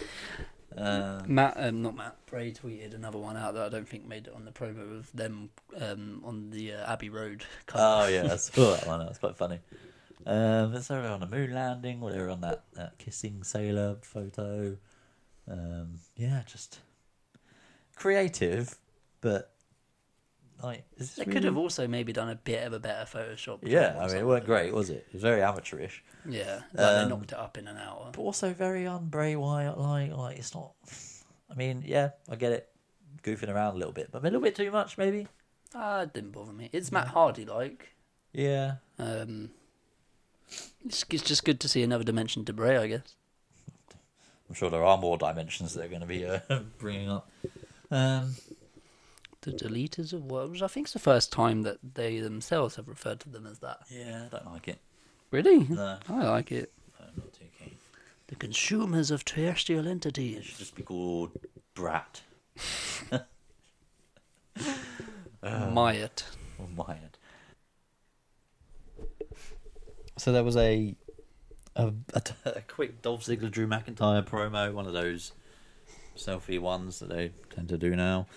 Uh,
Matt, um, not Matt, Bray tweeted another one out that I don't think made it on the promo of them um, on the uh, Abbey Road.
oh
cover.
yeah, I saw that one. That was quite funny. Um, so they were on the moon landing. Well, they were on that, that kissing sailor photo. Um, yeah, just creative, but like is this
They could have
really-
also maybe done a bit of a better Photoshop.
Yeah,
job
I
or
mean, it
something.
weren't great, was it? It was very amateurish.
Yeah, like
Um,
they knocked it up in an hour.
but also very on Bray Wyatt. Like, like it's not. I mean, yeah, I get it, goofing around a little bit, but a little bit too much, maybe.
Ah, it didn't bother me. It's Matt Hardy like.
Yeah,
Um, it's, it's just good to see another dimension to Bray, I guess.
I'm sure there are more dimensions they're going to be uh, bringing up. Um,
The Deleters of Worlds. I think it's the first time that they themselves have referred to them as that.
yeah, I don't like it.
Really?
No.
I like it.
I'm not too keen.
The consumers of terrestrial
It
entities.
should just be called Brat Oh.
Myatt.
or Wyatt. So there was a a, a, a quick Dolph Ziggler Drew McIntyre promo, one of those selfie ones that they tend to do now.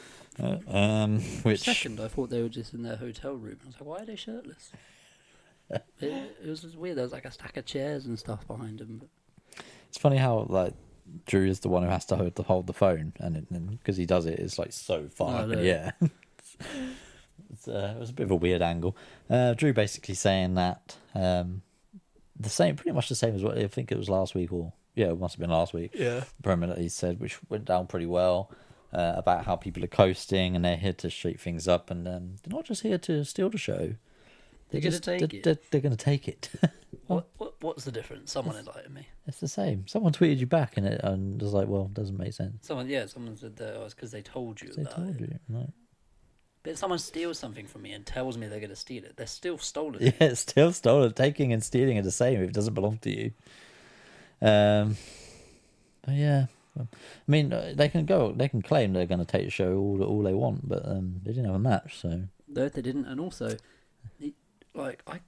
Uh, um, which
Second, I thought they were just in their hotel room. I was like, why are they shirtless? it, it was just weird. There was like a stack of chairs and stuff behind them. But
It's funny how like Drew is the one who has to hold the, hold the phone, and because he does it, it's like so far.
I
up in
know.
the air. it's, uh, it was a bit of a weird angle. Uh, Drew basically saying that um, the same, pretty much the same as what I think it was last week, or yeah, it must have been last week. Yeah, promo that he said, which went down pretty well. Uh, about how people are coasting and they're here to shake things up, and um, they're not just here to steal the show. They're,
They're gonna
just-
take
they're-
it.
They're, they're going to take it.
what, what, what's the difference? Someone enlightened me.
It's the same. Someone tweeted you back, and it and was like, "Well, it doesn't make sense."
Someone, yeah, someone said that oh, it's because they told you
They
about
told
it.
you. Like,
But if someone steals something from me and tells me they're going to steal it, they're still stolen.
yeah, it's still stolen. Taking and stealing are the same if it doesn't belong to you. Um, but yeah, I mean, uh, they can go. They can claim they're going to take the show all all they want, but um, they didn't have a match, so
No, they didn't. And also, the- like I,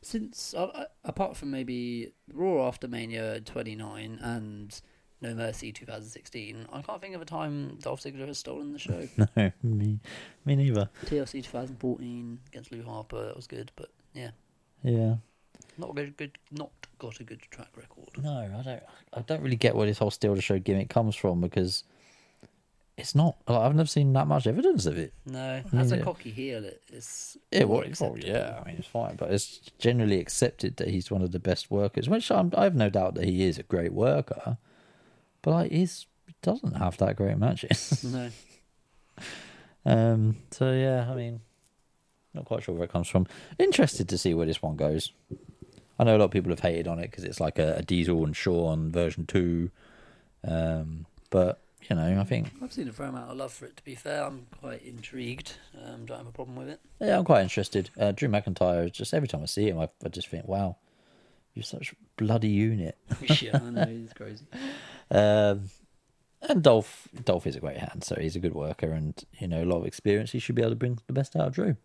since I, I, apart from maybe Raw after Mania 29 and No Mercy 2016, I can't think of a time Dolph Ziggler has stolen the show.
no, me, me neither.
TLC 2014 against Lou Harper, that was good, but yeah,
Yeah,
not a good, good, not got a good track record.
no, I don't. I don't really get where this whole steal the show gimmick comes from because it's not. Like, I've never seen that much evidence of it.
No, as
Yeah.
a cocky heel, it, it's
Yeah,
more
well, it's all,
acceptable.
yeah, I mean, it's fine, but it's generally accepted that he's one of the best workers, which I'm, I've no doubt that he is a great worker, but like, he's, he doesn't have that great matches.
No,
um, so, yeah, I mean, not quite sure where it comes from. Interested to see where this one goes. I know a lot of people have hated on it because it's like a, a Diesel and Sean version 2, um, but, you know, I think
I've seen a fair amount of love for it. To be fair, I'm quite intrigued. Um, don't have a problem with it.
Yeah, I'm quite interested. Uh, Drew McIntyre, just every time I see him, I, I just think, wow, you're such a bloody unit.
yeah, I know he's crazy.
Um, and Dolph, Dolph is a great hand, so he's a good worker, and you know a lot of experience. He should be able to bring the best out of Drew.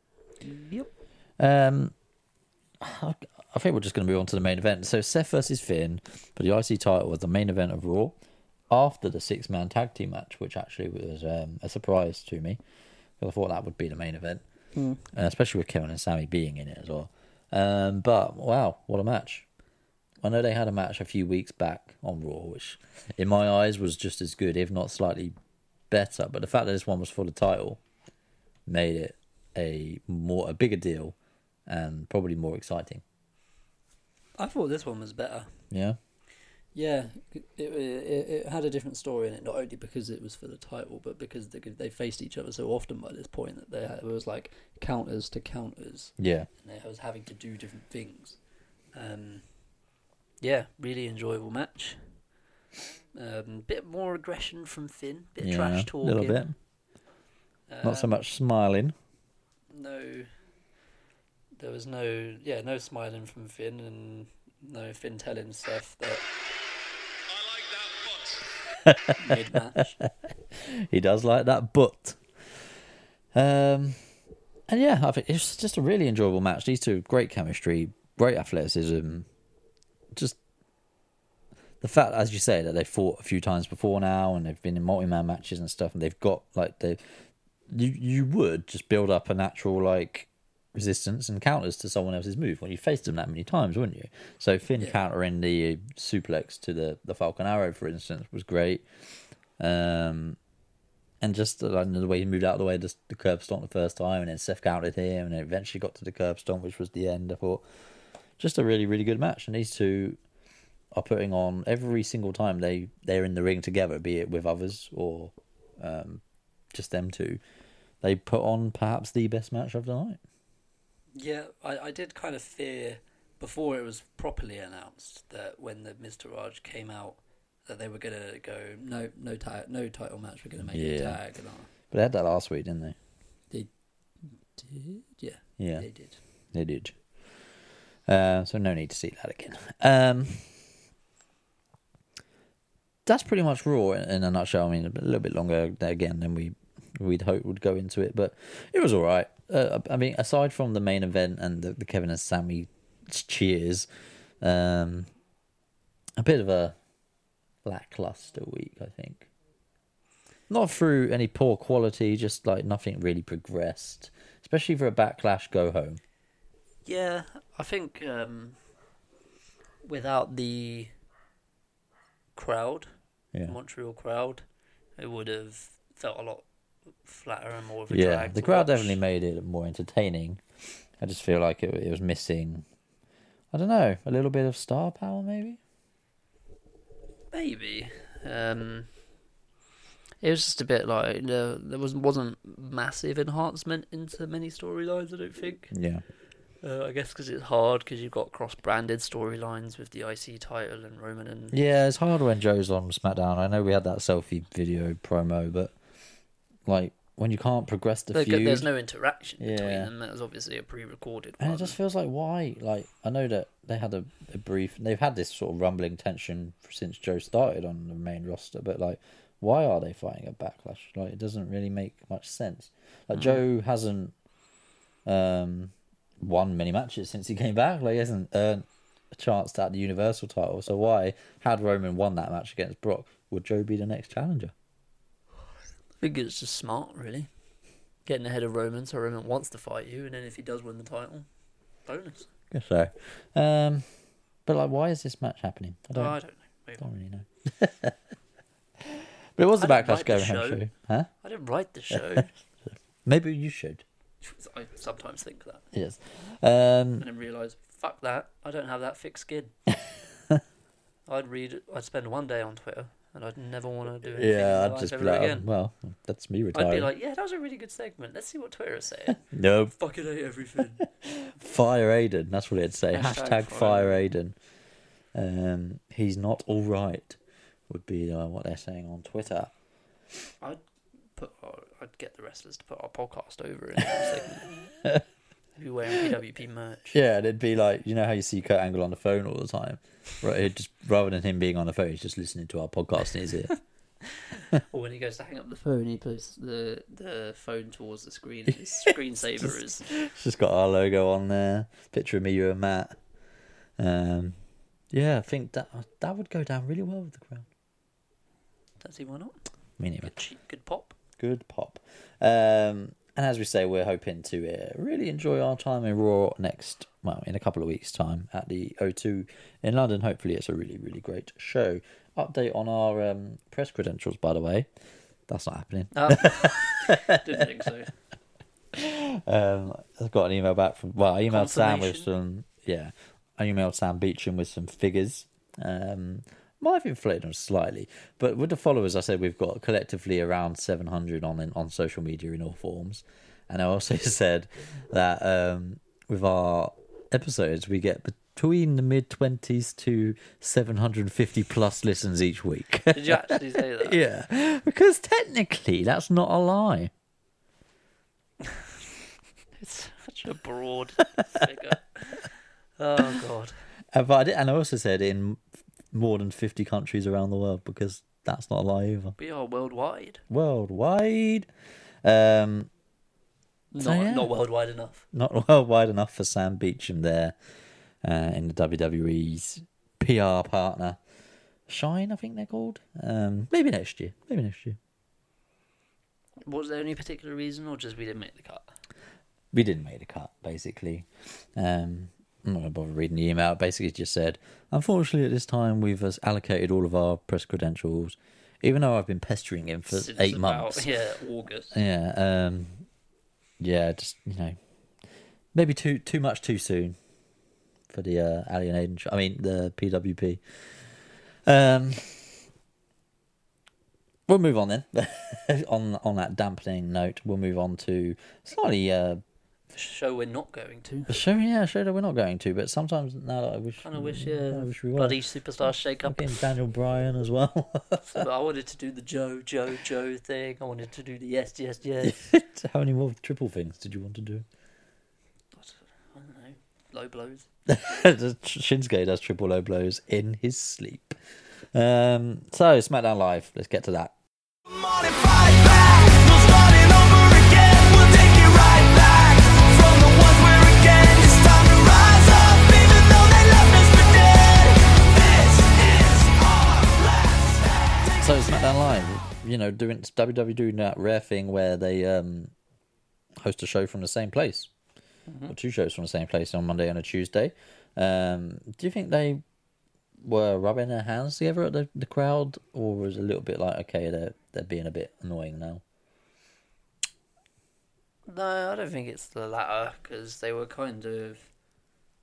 Yep.
Um, I, I think we're just going to move on to the main event. So Seth versus Finn for the IC title was the main event of Raw after the six man tag team match, which actually was um, a surprise to me because I thought that would be the main event, uh, especially with Kevin and Sammy being in it as well. Um, but wow, what a match! I know they had a match a few weeks back on Raw, which in my eyes was just as good, if not slightly better. But the fact that this one was for the title made it a more a bigger deal and probably more exciting.
I thought this one was better.
Yeah.
Yeah, it, it, it had a different story in it, not only because it was for the title, but because they, could- they faced each other so often by this point that they had, it was like counters to counters,
Yeah.
and they was having to do different things. Um, yeah, really enjoyable match. Um, bit more aggression from Finn, bit of
yeah.
trash talking. Um,
A little bit. Not so much smiling.
no there was no yeah no smiling from finn and no finn telling stuff that I like that mid-match
He does like that but um and yeah, I think it's just a really enjoyable match. These two great chemistry, great athleticism. Just the fact, as you say, that they've fought a few times before now and they've been in multi-man matches and stuff, and they've got like they, you you would just build up a natural like resistance and counters to someone else's move when you faced them that many times, wouldn't you? So Finn countering the uh, suplex to the the Falcon Arrow, for instance, was great. Um, and just uh, like, the way he moved out of the way, just the curb stomp the first time, and then Seth countered him, and then eventually got to the curb stomp, which was the end. I thought just a really really good match, and these two are putting on every single time they they're in the ring together, be it with others or um, just them two. They put on perhaps the best match of the night.
Yeah, I, I did kind of fear before it was properly announced that when the Mr. Raj came out that they were gonna go no no tag no title match we're gonna make it a
Yeah.
tag and all.
But they had that last week, didn't they?
They did, yeah,
Yeah.
they did.
They did. Uh, so no need to see that again. Um, that's pretty much raw in, in a nutshell. I mean, a little bit longer there again than we we'd hoped would go into it, but it was all right. Uh, I mean, aside from the main event and the, the Kevin and Sammy cheers, um, a bit of a lackluster week, I think. Not through any poor quality, just like nothing really progressed, especially for a backlash go home.
Yeah, I think um, without the crowd,
Yeah.
Montreal crowd, it would have felt a lot flatter and more of a
yeah,
drag.
the
to
crowd
watch.
definitely made it more entertaining. I just feel like it, it was missing, I don't know, a little bit of star power maybe.
Maybe. Um, it was just a bit like the, there was wasn't massive enhancement into many storylines. I don't think.
Yeah,
Uh, I guess because it's hard because you've got cross-branded storylines with the IC title and Roman and
yeah, it's hard when Joe's on SmackDown. I know we had that selfie video promo, but like when you can't progress the
Like,
feud,
there's no interaction between
Yeah.
them. That was obviously a pre-recorded
and
one.
it just feels like why? Like I know that they had a, a brief, they've had this sort of rumbling tension since Joe started on the main roster, but like. Why are they fighting a backlash? Like it doesn't really make much sense. Like Joe hasn't um, won many matches since he came back. Like he hasn't earned a chance to at the Universal title. So why, had Roman won that match against Brock, would Joe be the next challenger?
I think it's just smart, really, getting ahead of Roman so Roman wants to fight you, and then if he does win the title, bonus.
guess so. Um, but like, why is this match happening? I
Oh,
don't,
I don't know. Maybe.
don't really know. but it was the
I
backlash
didn't like
going
the
home
show.
show, huh?
I didn't write the show.
Maybe you should.
I sometimes think that,
Yes. Um,
and then realise, fuck that. I don't have that thick skin. I'd read. I'd spend one day on Twitter, and I'd never want to do anything
yeah,
in my
I'd
life
just be
ever
like, oh,
again.
well, that's me
I'd
retiring.
be like, yeah, that was a really good segment. Let's see what Twitter is saying.
no,
Fucking hate everything.
fire Aiden. That's what it'd say. Hashtag,
Hashtag
fire
fire
Aiden. Um, he's not all right. Would be uh, what they're saying on Twitter.
I'd put. Our, I'd get the wrestlers to put our podcast over in that segment. If you're wearing PWP merch.
Yeah, and it'd be like you know how you see Kurt Angle on the phone all the time, right? It'd just rather than him being on the phone, he's just listening to our podcast in his ear.
Or when he goes to hang up the phone, he puts the, the phone towards the screen. and His screensaver is.
It's just got our logo on there. Picture of me, you, and Matt. Um, yeah, I think that that would go down really well with the crowd.
Don't see why not.
Me neither.
Good, cheap, good pop.
Good pop. Um, and as we say, we're hoping to uh, really enjoy our time in Raw next, well, in a couple of weeks' time at the O2 in London. Hopefully, it's a really, really great show. Update on our um, press credentials, by the way. That's not happening.
Um, didn't think so.
Um, I got an email back from. Well, I emailed Sam with
Confirmation.
some. Yeah, I emailed Sam Beecham with some figures. Um, might have inflated them slightly, but with the followers, I said we've got collectively around seven hundred on on social media in all forms, and I also said that um, with our episodes we get between the mid twenties to seven hundred and fifty plus listens each week.
Did you actually say that?
yeah, because technically that's not a lie.
It's such a broad figure. Oh god.
Uh, But I did, and I also said in more than 50 countries around the world because that's not a lie either.
We are worldwide.
Worldwide. Um,
Not,
So, yeah.
not worldwide enough.
not worldwide enough for Sam Beecham there uh, in the WWE's PR partner. Shine, I think they're called. Um, maybe next year. Maybe next year.
Was there any particular reason, or just we didn't make the cut?
we didn't make the cut basically um i'm not gonna bother reading the email it basically just said unfortunately at this time we've uh, allocated all of our press credentials even though i've been pestering him for
Since
eight
about-
months
Yeah, August.
yeah um yeah just you know maybe too too much too soon for the uh alien agent i mean the pwp um we'll move on then on on that dampening note we'll move on to slightly uh
Show we're not going to.
a show, yeah, a show that we're not going to, but sometimes now that I wish,
Kind of wish,
uh,
yeah,
I wish we were.
bloody superstar shake up.
Fucking Daniel Bryan as well.
but I wanted to do the Joe, Joe, Joe thing. I wanted to do the yes, yes, yes.
How many more triple things did you want to do?
I don't know. Low blows.
Shinsuke does triple low blows in his sleep. Um, so SmackDown Live, let's get to that. So SmackDown Live, you know, doing it's WWE doing that rare thing where they um, host a show from the same place, or two shows from the same place on Monday and a Tuesday. Um, do you think they were rubbing their hands together at the, the crowd, or was it a little bit like, okay, they're they're being a bit annoying now?
No, I don't think it's the latter because they were kind of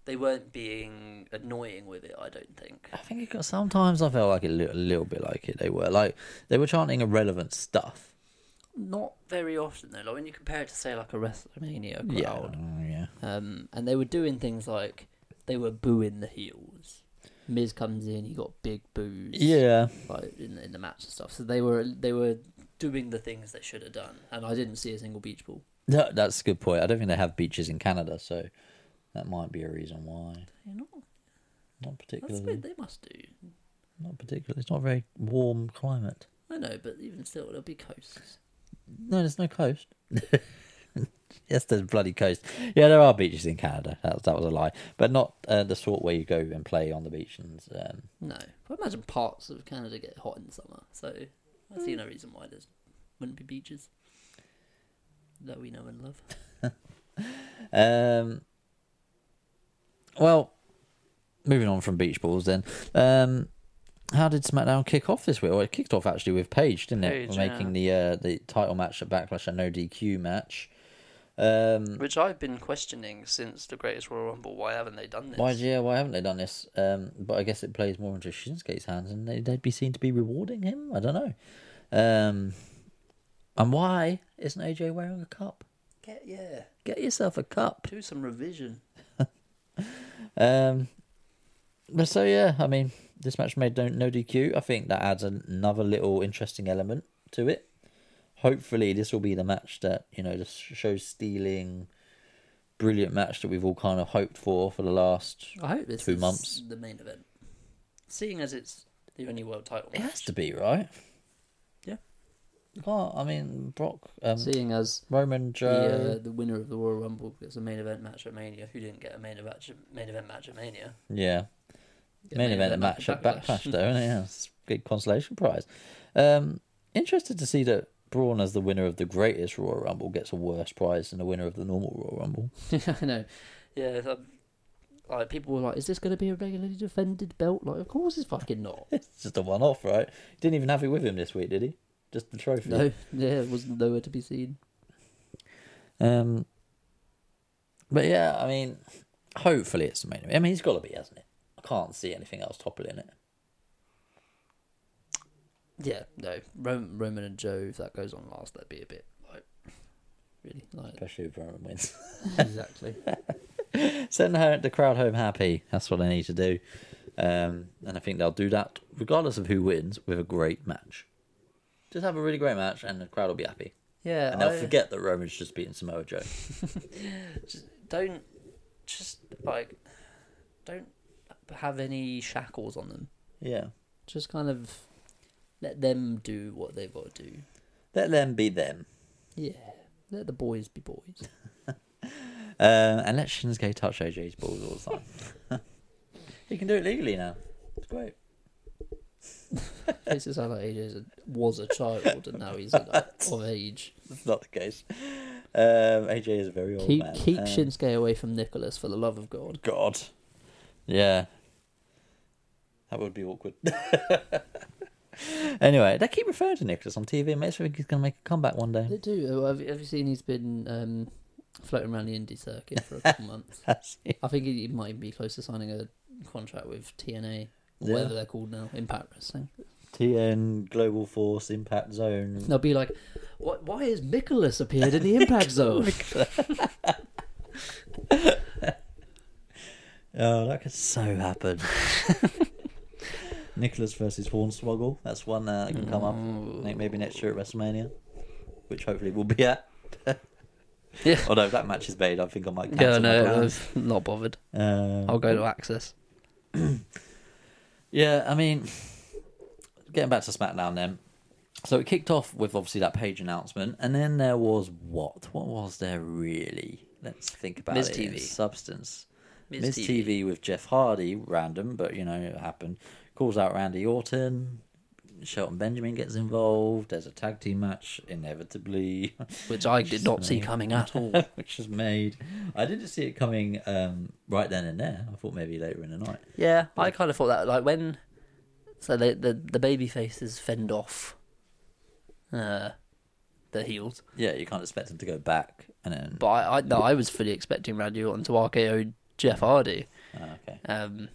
they weren't being annoying with it. I don't think.
I think it got sometimes I felt like it, a little, little bit like it. They were like they were chanting irrelevant stuff.
Not very often though. Like when you compare it to say like a WrestleMania crowd,
Mm, yeah.
Um, and they were doing things like they were booing the heels. Miz comes in, he got big boos.
Yeah.
like in, in the match and stuff. So they were they were
doing the things they should have done.
and I didn't see a single beach ball.
No, that's a good point. I don't think they have beaches in Canada, so that might be a reason why.
You know,
Not
that's
particularly.
what they must do.
Not particularly. It's not a very warm climate.
I know, but even still, there'll be coasts.
No, there's no coast. yes, there's bloody coast. Yeah, there are beaches in Canada. That, that was a lie, but not uh, the sort where you go and play on the beach. And um,
No, but I imagine parts of Canada get hot in summer, so I see no reason why there wouldn't be beaches that we know and love.
Um, well, moving on from beach balls then. Um, how did SmackDown kick off this week? Well, it kicked off actually with Paige, didn't it?
Paige,
Making the uh, the title match at Backlash a no DQ match. Um,
Which I've been questioning since the Greatest Royal Rumble. Why haven't they done this?
why, yeah, why haven't they done this? Um, but I guess it plays more into Shinsuke's hands, and they, they'd be seen to be rewarding him. I don't know. Um, and why isn't AJ wearing a cup?
Get, yeah,
Get yourself a cup.
do some revision.
Um, but so yeah, I mean, this match made no, no DQ. I think that adds another little interesting element to it. Hopefully, this will be the match that you know the show stealing, brilliant match that we've all kind of hoped for for the last.
I hope this
Two
is
months.
the main event. Seeing as it's the only world title
It
match.
has to be right.
Yeah.
Well, I mean, Brock, um,
Seeing as
Roman,
the uh,
Joe.
the winner of the Royal Rumble gets
It's a main event match at Mania. Who didn't get a main event main event match at Mania?
yeah.
Yeah,
main
main
event
event
match at
at
Backlash, though, isn't it? Yeah, it's a good consolation prize. Um, interested to see that Braun, as the winner of the greatest Royal Rumble, gets a worse prize than the winner of the normal Royal Rumble.
I know
Yeah, that- like people
people were like, is this going to be a regularly defended belt? Like, of course it's fucking not.
It's just a one off, right? He didn't even have it with him this week, did he? Just the trophy.
no, yeah, it was nowhere to be seen.
Um, but yeah, I mean, hopefully it's the main event. I mean, it's got to be, hasn't it? I can't see anything else toppling it.
Yeah, no, Roman, Roman and Joe. If that goes on last, that'd be a bit like really like
Especially if Roman wins.
exactly.
send her, the crowd home happy. That's what I need to do. Um, and I think they'll do that regardless of who wins with a great match. Just have a really great match and the crowd will be happy.
Yeah,
And they'll
Oh,
I
forget that Roman's just beaten Samoa Joe.
don't just like don't have any shackles on them.
yeah.
Just kind of let them do what they've got to do.
Let them be them.
Yeah, let the boys be boys.
Um, and let Shinsuke touch AJ's balls all the time. he can do it legally now. It's great.
makes it sound like AJ was a child and now he's like, of age.
That's not the case. Um, AJ is a very old
Keep
man.
keep
Um,
Shinsuke away from Nicholas for the love of God.
God. Yeah. That would be awkward. anyway, they keep referring to Nicholas on TV. It makes me think he's going to make a comeback one
They
day.
do. uh, Have have you seen he's been um, floating around the indie circuit for a couple months?
That's it.
I think he might be close to signing a contract with TNA,
Yeah.
whatever they're called now, Impact Wrestling.
TN Global Force Impact Zone.
They'll be like, "Why, why has Nicholas appeared in the Impact Zone?"
Oh, that could so happen. Nicholas versus Hornswoggle. That's one uh, that can come up.
Mm.
I think maybe next year at WrestleMania, which hopefully we'll be at.
Yeah.
Although if that match is made, I think I might.
Yeah,
cancel my
no,
plans.
I've not bothered.
Um,
I'll go to Access.
Yeah, I mean, getting back to SmackDown then. So it kicked off with obviously that page announcement, and then there was what? What was there really? Let's think about
Miz
it. In
TV.
substance.
Miz
Miz TV. with Jeff Hardy, random, but you know it happened. Calls out Randy Orton. Shelton Benjamin gets involved. There's a tag team match inevitably,
Which I did not see coming at all.
which is made. I didn't see it coming um, right then and there. I thought maybe later in the night.
Yeah, I kind of thought that like when so the the, the baby faces fend off uh, the heels,
Yeah, you can't expect them to go back and then.
but I, I no, I was fully expecting Randy Orton to RKO Jeff Hardy,
Ah, okay.
um,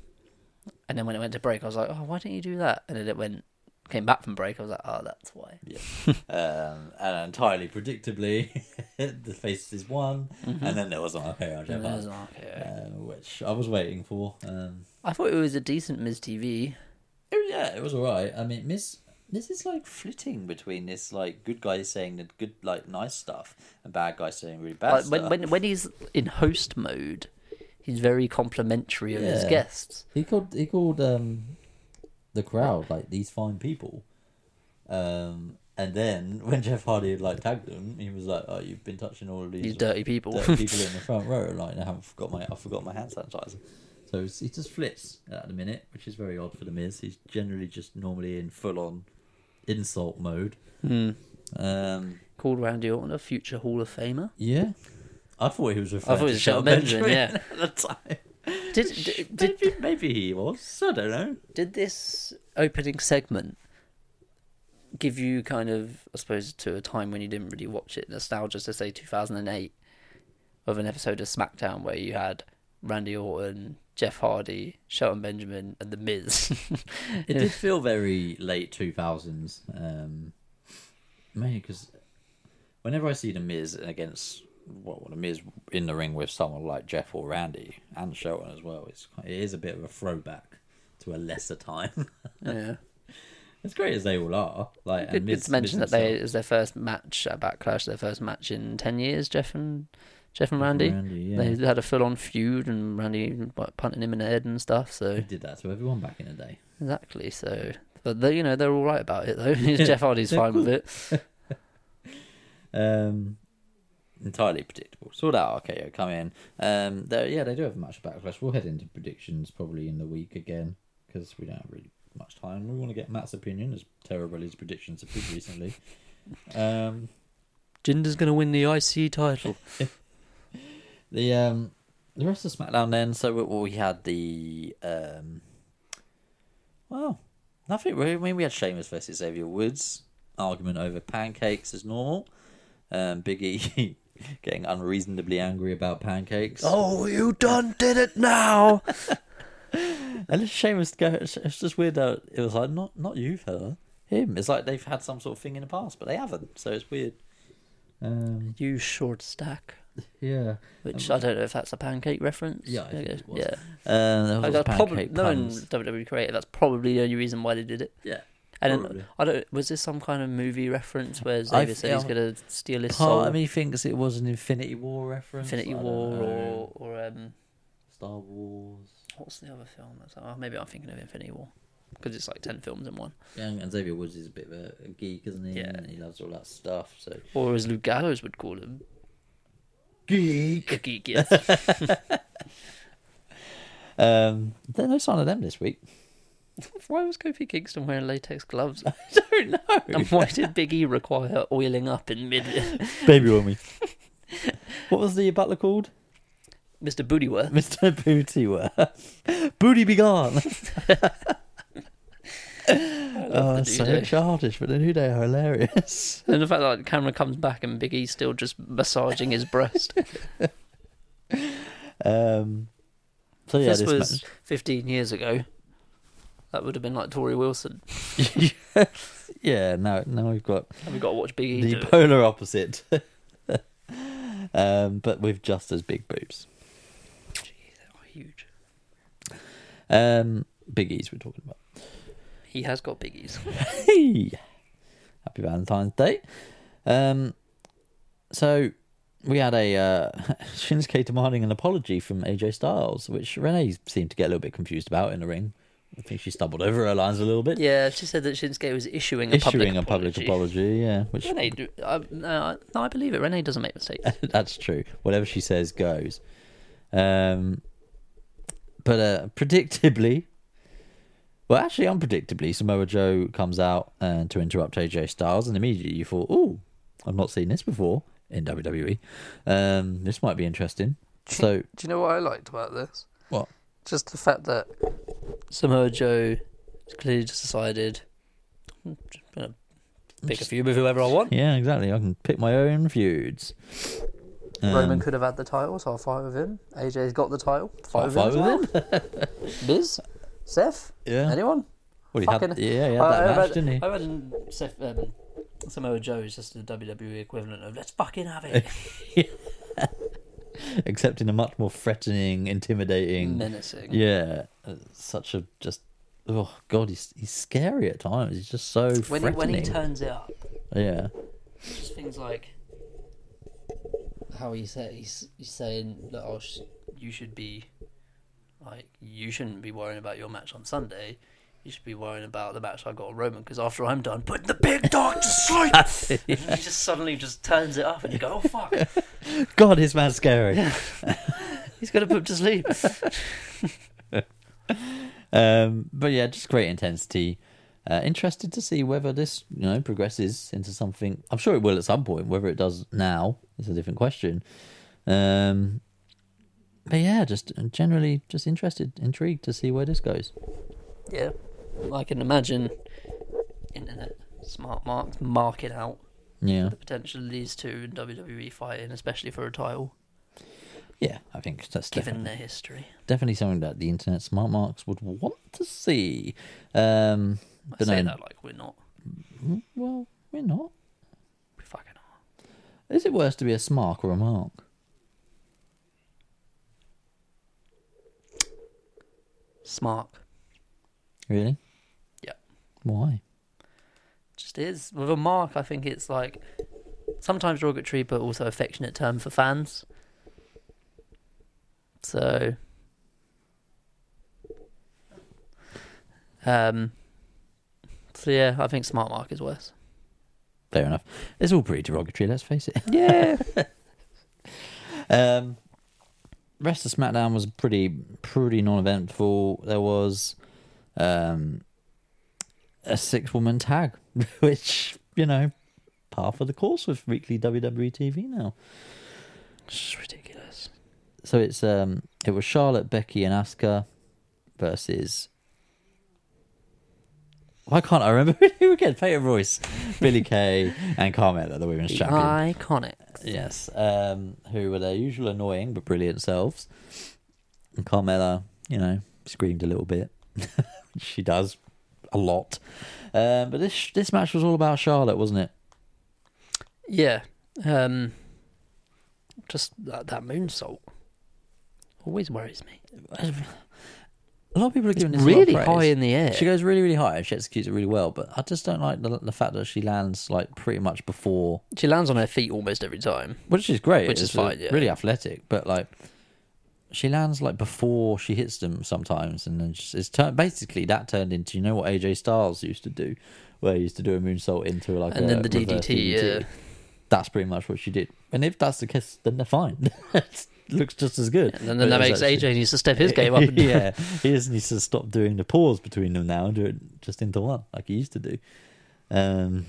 and then when it went to break, I was like, oh, why didn't you do that? And then it went came back from break, I was like, oh, that's why.
um, and entirely predictably, the faces won, and then there was an RKO on Jeff
Mm-hmm. And I
Hardy,
was like, okay.
uh, which I was waiting for. Um,
I thought it was a decent Miz TV.
it- yeah, it was alright. I mean, Miss Miss is like flitting between this like good guy saying the good like nice stuff and bad guy saying really bad
Like,
stuff.
when when when he's in host mode, he's very complimentary of his
Yeah.
guests.
He called he called um, the crowd like these fine people, um, and then when Jeff Hardy had like tagged them, he was like, "Oh, you've been touching all of these
These dirty people.
that people in the front row are like, "No, I haven't forgot my I forgot my hand sanitizer. So it's- he just flits at the minute, which is very odd for the Miz. He's generally just normally in full on insult mode.
Hmm.
Um,
Called Randy Orton a future Hall of Famer.
yeah, I thought he was
I
referring
thought it
to
was
Shelton
Shelton Benjamin.
Benjamin
Yeah.
at the time.
Did, did did
Maybe, maybe he was. I don't know.
did this opening segment give you kind of, I suppose, to a time when you didn't really watch it, nostalgia to say 2008 of an episode of SmackDown where you had Randy Orton, Jeff Hardy, Shelton Benjamin, and The Miz.
It did feel very late two thousands, um, mainly because whenever I see the Miz against well, the Miz in the ring with someone like Jeff or Randy and Shelton as well, it's quite, it is a bit of a throwback to a lesser time.
yeah.
as great as they all are, like and
Good,
Miz,
good to mention
Miz
that they
himself-
it was their first match at Backlash, their first match in ten years. Jeff and Jeff and Randy,
Randy, yeah.
they had a full-on feud, and Randy like, punting him in the head and stuff. So
they did that to everyone back in the day.
exactly, so but they, you know they're all right about it though. Jeff Hardy's
they're
fine with
cool.
it.
Um, entirely predictable. Saw that RKO come in. Um, there- yeah, they do have a match of backlash. We'll head into predictions probably in the week again because we don't have really much time. We want to get Matt's opinion, as terrible as predictions have been recently. um,
Jinder's gonna win the
E
IC title.
the um, the rest of SmackDown then. So we, we had the um, well, nothing really. I mean, we had Sheamus versus Xavier Woods argument over pancakes as normal. Um, Biggie getting unreasonably angry about pancakes.
oh, you done did it now!
And it's Sheamus go. It's it's just weird that it was like not not you, fella, him. It's like they've had some sort of thing in the past, but they haven't. So it's weird. Um,
you short stack.
yeah,
Which I don't know if that's a pancake reference.
Um, Yeah, I think
guess-
it was. um,
yeah.
there was
Like,
lots of
that's probably
pancake
knowing
puns.
WWE creative. E That's probably the only reason why they did it.
Yeah,
And
Probably.
then, I don't. Was this some kind of movie reference where Xavier said he's
yeah.
going to steal his soul?
part of me thinks it was an Infinity War reference,
Infinity
I don't
War
know.
or or um,
Star Wars.
what's the other film? That's, oh, maybe I'm thinking of Infinity War because it's like ten films in one.
Yeah, and Xavier Woods is a bit of a, a geek, isn't he?
Yeah.
and he loves all that stuff. So
Or as Luke Gallows would call him,
geek.
a geek. Yes.
Um, there's no sign of them this week.
Why was Kofi Kingston wearing latex gloves? I don't know. And why did Big E require oiling up in mid?
Baby Wummy. what was the butler called?
Mr. Bootyworth.
Mr. Bootyworth. Booty be gone.
the
Oh,
New
so
Day.
childish, but the New Day are hilarious.
And the fact that the camera comes back and Big E's still just massaging his breast.
Um, so yeah,
this
this
was 15 years ago. That would have been like Tori Wilson.
match. yeah, now now we've got
And we got to watch Big E.
the
do it.
polar opposite, um, but with just as big boobs.
Oh, huge.
Um, big E's we're talking about.
He has got Big E's.
Hey, happy Valentine's Day. Um, so we had a uh, Shinsuke demanding an apology from AJ Styles, which Renee seemed to get a little bit confused about in the ring. I think she stumbled over her lines a little bit.
Yeah, she said that Shinsuke was issuing a
Issuing
public
a public apology, yeah, which
Renee, do, I, no, I- no, I believe it. Renee doesn't make mistakes.
That's true. Whatever she says goes. Um, but uh, predictably, well, actually, unpredictably, Samoa Joe comes out uh, to interrupt AJ Styles, and immediately you thought, "Ooh, I've not seen this before in WWE. Um, this might be interesting." So,
Do you know what I liked about this?
What?
Just the fact that Samoa Joe clearly just decided, "I'm just gonna pick a feud with whoever I want.
yeah, exactly. I can pick my own feuds. Um,
Roman could have had the title, so I'll fight with him. AJ's got the title,
I'll
fight with him. as
fight
well. Miz, Seth,
Yeah.
anyone.
Well, he had-
Fucking- Uh,
yeah, he had that match,
imagine-
didn't he?
I imagine Seth, um, Samoa Joe is just the WWE equivalent of let's fucking have it.
Except in a much more threatening, intimidating,
Menacing.
Yeah, uh, such a just. Oh God, he's he's scary at times. He's just so
When, he,
threatening.
when he turns it up,
yeah,
just things like how he say, he's, he's saying that oh, sh- you should be like you shouldn't be worrying about your match on Sunday. You should be worrying about the match I got on Roman because after I'm done, put the big dog to sleep. And he just suddenly just turns it up and you go, oh fuck,
God, his man's scary.
he's gonna put him to sleep.
Um, but yeah, just great intensity. Uh, interested to see whether this you know progresses into something. I'm sure it will at some point. Whether it does now is a different question. Um, but yeah, just generally just interested, intrigued to see where this goes.
Yeah, I can imagine internet smart marks marking out
Yeah,
the potential of these two in WWE fighting, especially for a title,
yeah, I think that's
given
definitely-
their history.
definitely something that the internet smart marks would want to see. Um,
I
but
say
no,
that like we're not.
well, we're not.
We fucking are.
Is it worse to be a smark or a mark?
Smart.
Really?
Yeah.
Why?
Just is. With a mark, I think it's like sometimes derogatory, but also affectionate term for fans. So. Um. So yeah, I think smart mark is worse.
Fair enough. It's all pretty derogatory. Let's face it.
Yeah.
Um, rest of SmackDown was pretty pretty non-eventful. There was um, a six-woman tag, which you know, par for the course with weekly WWE TV now.
It's ridiculous.
so it's um it was Charlotte, Becky, and Asuka versus. Why can't I remember who again? Peyton Royce, Billy Kay, and Carmella, the women's champion.
Iconic.
Yes, um, who were their usual annoying but brilliant selves. And Carmella, you know, screamed a little bit. she does a lot, um, but this this match was all about Charlotte, wasn't it?
Yeah. Um. Just that, that moonsault always worries me.
A lot of people are giving this a lot of
Really
praise.
high in the air.
She goes really, really high. and She executes it really well, but I just don't like the, the fact that she lands like pretty much before,
She lands on her feet almost every time.
which is great.
Which is
It's
fine, yeah.
Really athletic, but like she lands like before she hits them sometimes, and then just, it's turn basically that turned into you know what AJ Styles used to do, where he used to do a moonsault into like
And
a
then the
reverse
DDT, yeah.
That's pretty much what she did. And if that's the case, then they're fine. looks just as good.
And
But
then that
it's
makes
actually-
AJ needs to step his game up. And
yeah, he just needs to stop doing the pause between them now and do it just into one like he used to do. Um,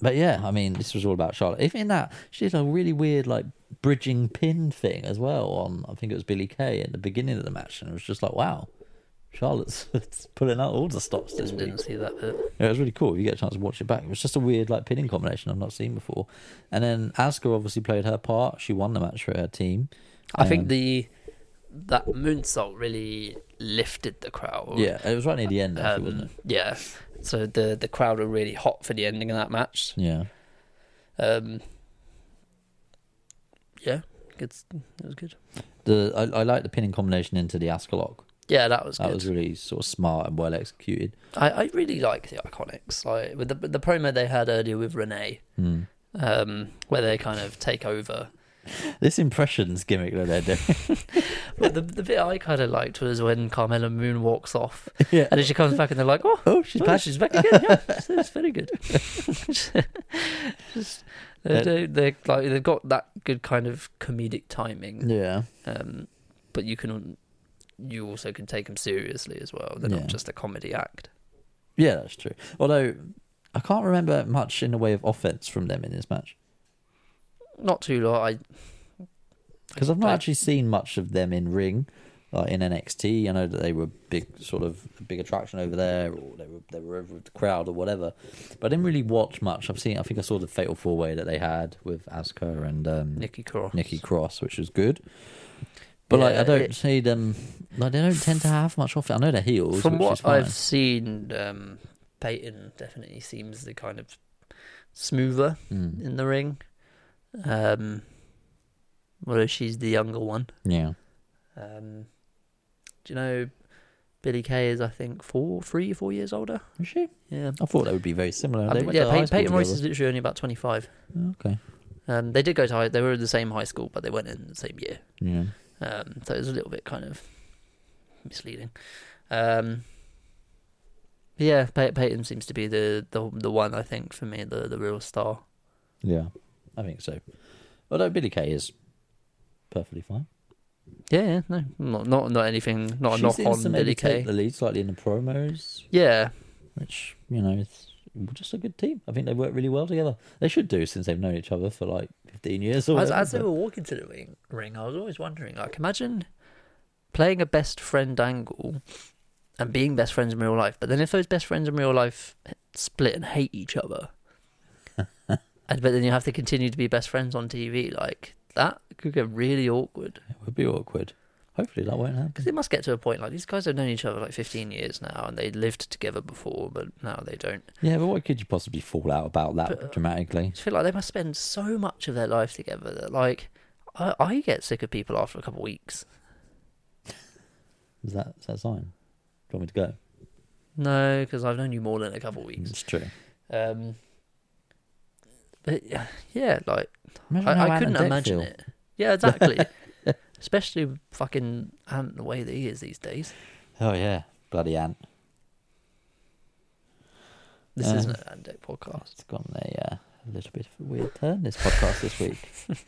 but yeah, I mean, this was all about Charlotte. Even in that, she did a really weird like bridging pin thing as well on I think it was Billy Kay at the beginning of the match, and it was just like, wow, Charlotte's pulling out all the stops this week.
Didn't see that bit.
Yeah, it was really cool. If you get a chance to watch it back, it was just a weird like pinning combination I've not seen before. And then Asuka obviously played her part. She won the match for her team.
I think
Um,
the that moonsault really lifted the crowd.
yeah, it was right near the end, actually,
Um,
wasn't it?
Yeah. So the the crowd were really hot for the ending of that match.
Yeah.
Um, yeah, good. It was good.
The I, I like the pinning combination into the Asuka lock.
Yeah, that was
That
good.
was really sort of smart and well executed.
I, I really like the iconics. Like with the the promo they had earlier with Renee,
Hmm.
um, where they kind of take over.
This impressions gimmick that they're doing.
But the the bit I kind of liked was when Carmela Moon walks off,
Yeah.
and then she comes back and they're like, "Oh,
Oh, she's
oh,
back.
she's back again." Yeah, it's, it's very good. Just
Uh,
they do- they're like they've got that good kind of comedic timing.
yeah.
um, but you can you also can take them seriously as well. They're
Yeah.
not just a comedy act.
Yeah, that's true. Although I can't remember much in the way of offense from them in this match
Not too long. I
because I've not
I-
actually seen much of them in ring. Like in NXT, I know that they were big, sort of a big attraction over there, or they were they were over with the crowd or whatever. But I didn't really watch much. I've seen, I think I saw the Fatal Four Way that they had with Asuka and um,
Nikki Cross.
Nikki Cross, which was good. But like, I
Yeah,
don't
it-
see them. Like, they don't tend to have much off it. I know they're heels,
From
which is
what
fine.
I've seen, um, Peyton definitely seems the kind of smoother
Mm.
in the ring. Um, although she's the younger one.
yeah,
Um, do you know Billy Kay is I think four, three, four years older.
is she?
Yeah.
I thought they would be very similar.
I
They
think-
went to
yeah,
high
Pey-
school
Peyton Royce is
together. Oh,
literally only about twenty five.
okay.
Um, they did go to high. They were in the same high school, but they went in the same year.
Yeah,
Um, so it was a little bit kind of misleading. Um, but yeah, Pey- Peyton seems to be the, the the one I think for me the the real star.
yeah, I think so. Although Billy Kay is perfectly fine.
Yeah, yeah, no, not not not anything, not
she
a knock
seems to
on
maybe
Billy
take
Kay.
the lead slightly in the promos,
Yeah,
which you know, it's just a good team. I think they work really well together. They should do since they've known each other for like fifteen years or
as,
whatever,
as they
but-
were walking to the ring, ring, I was always wondering, like, imagine playing a best friend angle and being best friends in real life. But then if those best friends in real life split and hate each other, and but then you have to continue to be best friends on TV, like that could get really awkward.
It would be awkward. Hopefully that won't happen.
Because it must get to a point like these guys have known each other like 15 years now, and they lived together before, but now they don't.
Yeah, but what could you possibly fall out about that
But, uh,
dramatically?
I just feel like they must spend so much of their life together that like. I, I get sick of people after a couple of weeks.
Is that is that a sign? Do you want me to go?
No, because I've known you more than a couple of weeks.
It's true.
Um, but yeah, yeah, like
Imagine how
I, I
Ant
couldn't
and Dec
imagine
feel.
it. Yeah, exactly. Especially with fucking Ant the way that he is these days.
Oh yeah, bloody ant.
This
Yeah.
isn't an Ant Deck podcast.
It's gone there. Yeah, a little bit of a weird turn this podcast this week.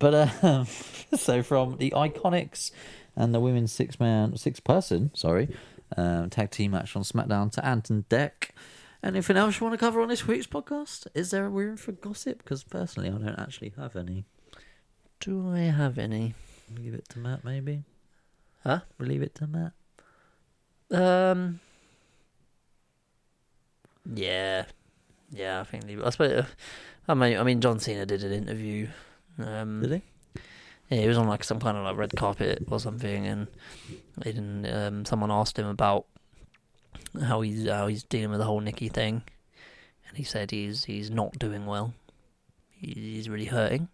But um, so from the Iconics and the women's six man six person sorry um, tag team match on SmackDown to Ant and Deck. Anything else you want to cover on this week's podcast? Is there a room for gossip? Because personally, I don't actually have any.
Do I have any?
Leave it to Matt, maybe.
Huh?
We'll leave it to Matt.
Um. Yeah, yeah. I think leave it- I suppose. I mean, I mean, John Cena did an interview. Um,
Did he?
Yeah, he was on like some kind of like red carpet or something, and they didn't. Um, someone asked him about how he's uh, how he's dealing with the whole Nikki thing, and he said he's he's not doing well. He, he's really hurting,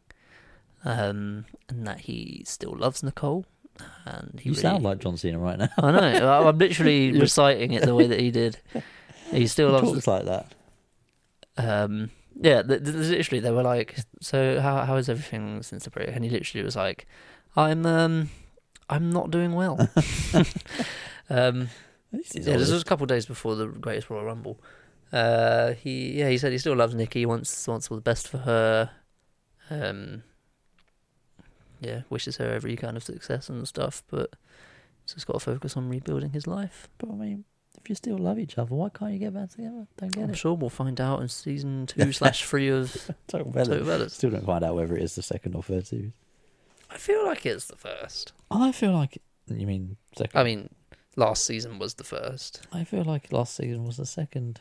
um, and that he still loves Nicole. And he
You
really,
sound like John Cena right now.
I know. I- I'm literally reciting it the way that he did. He still loves.
Talks like that.
Um, yeah, th- th- literally, they were like, "So how how is everything since the break?" And he literally was like, "I'm um, I'm not doing well." um, yeah, this was a couple of days before the Greatest Royal Rumble. Uh, he yeah, he said he still loves Nikki. He wants wants all the best for her. Um, yeah, wishes her every kind of success and stuff, but he's just got to focus on rebuilding his life.
But I mean, if you still love each other, why can't you get back together? Don't get
I'm
it.
sure we'll find out in season two slash three of
Don't
Total Bellas.
Still don't find out whether it is the second or third series.
I feel like it's the first.
I feel like you mean second.
I mean, last season was the first.
I feel like last season was the second.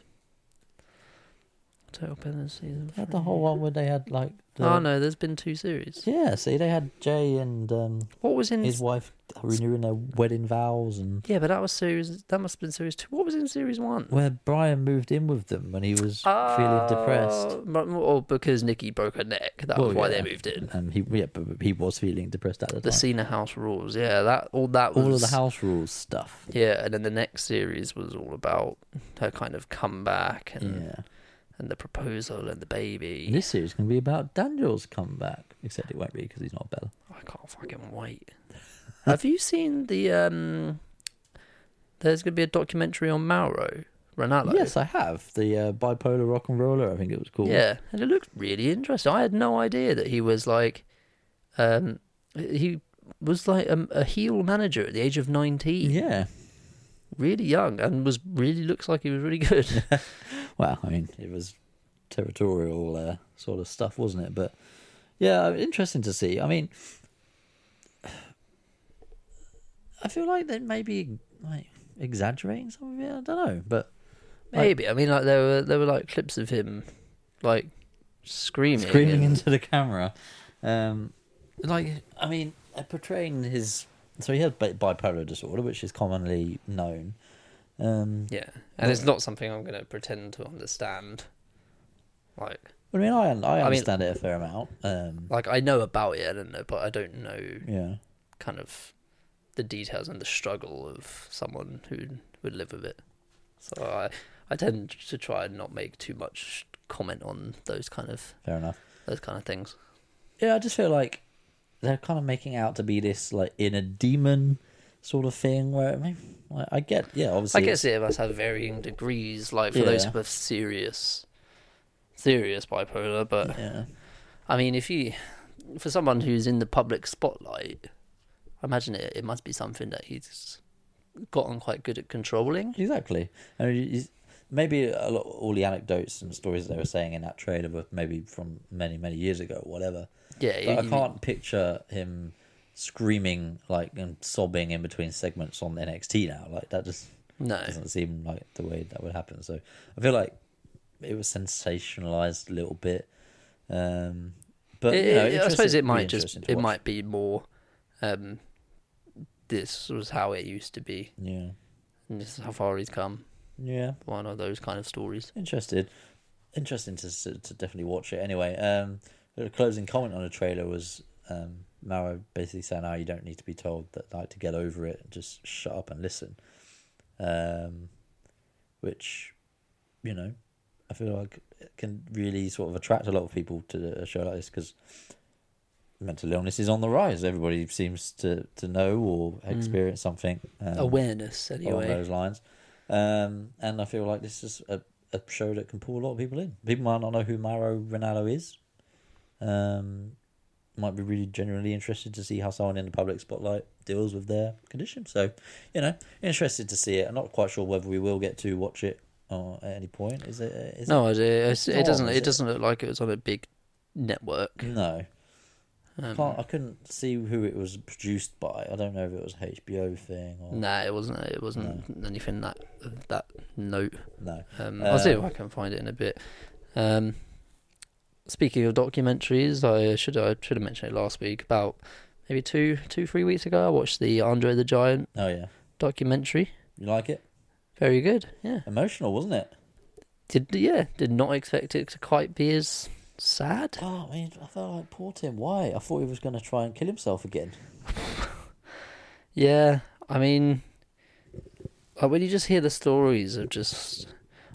Total Bellas season.
They had the whole one where they had like. The,
Oh no, there's been two series.
Yeah, see, they had Jay and um,
What was in?
his wife renewing their wedding vows, and
Yeah, but that was series. That must have been series two. What was in series one?
where Brian moved in with them when he was feeling depressed.
Oh, m- Or because Nikki broke her neck. That was why they moved in.
Um, he yeah, but but he was feeling depressed at the,
The
time.
Cena House rules. Yeah, that all that was
All of the house rules stuff.
Yeah, and then the next series was all about her kind of comeback and
Yeah,
and the proposal and the baby.
this series can be about Daniel's comeback, except it won't be because he's not Bella.
I can't fucking wait. Have you seen the um? There's gonna be a documentary on Mauro Ronaldo.
Yes, I have the uh, bipolar rock and roller. I think it was called.
Yeah, and it looked really interesting. I had no idea that he was like, um, he was like a, a heel manager at the age of nineteen.
Yeah.
really young, and was really looks like he was really good.
Well, I mean, it was territorial uh, sort of stuff, wasn't it? But yeah, interesting to see. I mean, I feel like they may be like exaggerating some of it. I don't know, but
Maybe I mean like there were there were like clips of him, like screaming,
screaming
and-
into the camera. Um, like, I mean, uh, portraying his. So he had bi- bipolar disorder, which is commonly known. Um,
Yeah, and it's not something I'm going to pretend to understand. Like,
I mean, I, I
mean-
understand it a fair amount. Um,
like I know about it, I don't know, but I don't know
yeah.
kind of the details and the struggle of someone who would live with it. So I, I tend to try and not make too much comment on those kind of
Fair enough.
those kind of things.
Yeah, I just feel like they're kind of making out to be this like inner demon sort of thing. Where I mean, like, I get, yeah, obviously,
I
it's-
guess it must have varying degrees, like for those
Yeah.
with serious, serious bipolar. But
yeah,
I mean, if you, for someone who's in the public spotlight, I imagine it, it must be something that he's gotten quite good at controlling.
exactly. I mean, you- maybe a lot, all the anecdotes and stories they were saying in that trailer were maybe from many, many years ago or whatever.
Yeah,
But I
you-
can't picture him screaming like and sobbing in between segments on NXT now. Like that just
No.
doesn't seem like the way that would happen. So I feel like it was sensationalized a little bit. Um, but
It-
you know,
it- I
interesting-
suppose it
be
might just
interesting to
it
watch.
might be more. Um, this was how it used to be,
yeah
and this is how far he's come.
yeah
One of those kind of stories.
interested interesting to s- to definitely watch it anyway. Um, the closing comment on the trailer was um, Mara basically saying, "Oh, you don't need to be told that like to get over it. Just shut up and listen." Um, which, you know, I feel like it can really sort of attract a lot of people to a show like this because mental illness is on the rise. Everybody seems to to know or experience something. Um,
Awareness,
along
anyway.
those lines. Um, and I feel like this is a, a show that can pull a lot of people in. People might not know who Mauro Ronaldo is. Um, might be really genuinely interested to see how someone in the public spotlight deals with their condition. So, you know, interested to see it. I'm not quite sure whether we will get to watch it uh, at any point. Is it? Is
No idea. It's,
It's
it
not
doesn't.
on,
It
is it?
doesn't look like it was on a big network.
It? No.
Um,
Can't, I couldn't see who it was produced by. I don't know if it was a HBO thing or
Nah, it wasn't. It wasn't anything that of that note.
no.
Um, I'll see if I can find it in a bit. Um, speaking of documentaries, I should I should have mentioned it last week. About maybe two two three weeks ago, I watched the Andre the Giant
Oh yeah,
documentary.
you like it?
Very good. Yeah.
Emotional, wasn't it?
Did yeah. Did not expect it to quite be as sad.
Oh, I mean, I felt like poor Tim. Why? I thought he was going to try and kill himself again.
Yeah, I mean, like when you just hear the stories of just,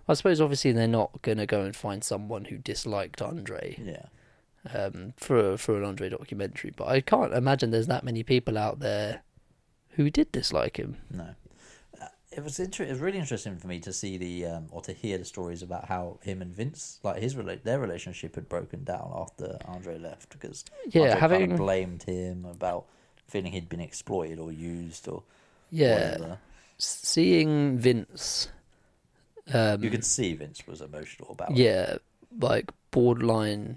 I suppose obviously they're not gonna go and find someone who disliked Andre
Yeah.
um, for a, for an Andre documentary, but I can't imagine there's that many people out there who did dislike him.
No. Uh, it was inter- it was really interesting for me to see the um, or to hear the stories about how him and Vince like his rela- their relationship had broken down after Andre left because
Yeah,
Andre kind
having-
of blamed him about feeling he'd been exploited or used or
Yeah,
whatever.
seeing Vince. Um,
You could see Vince was emotional about it.
yeah, like borderline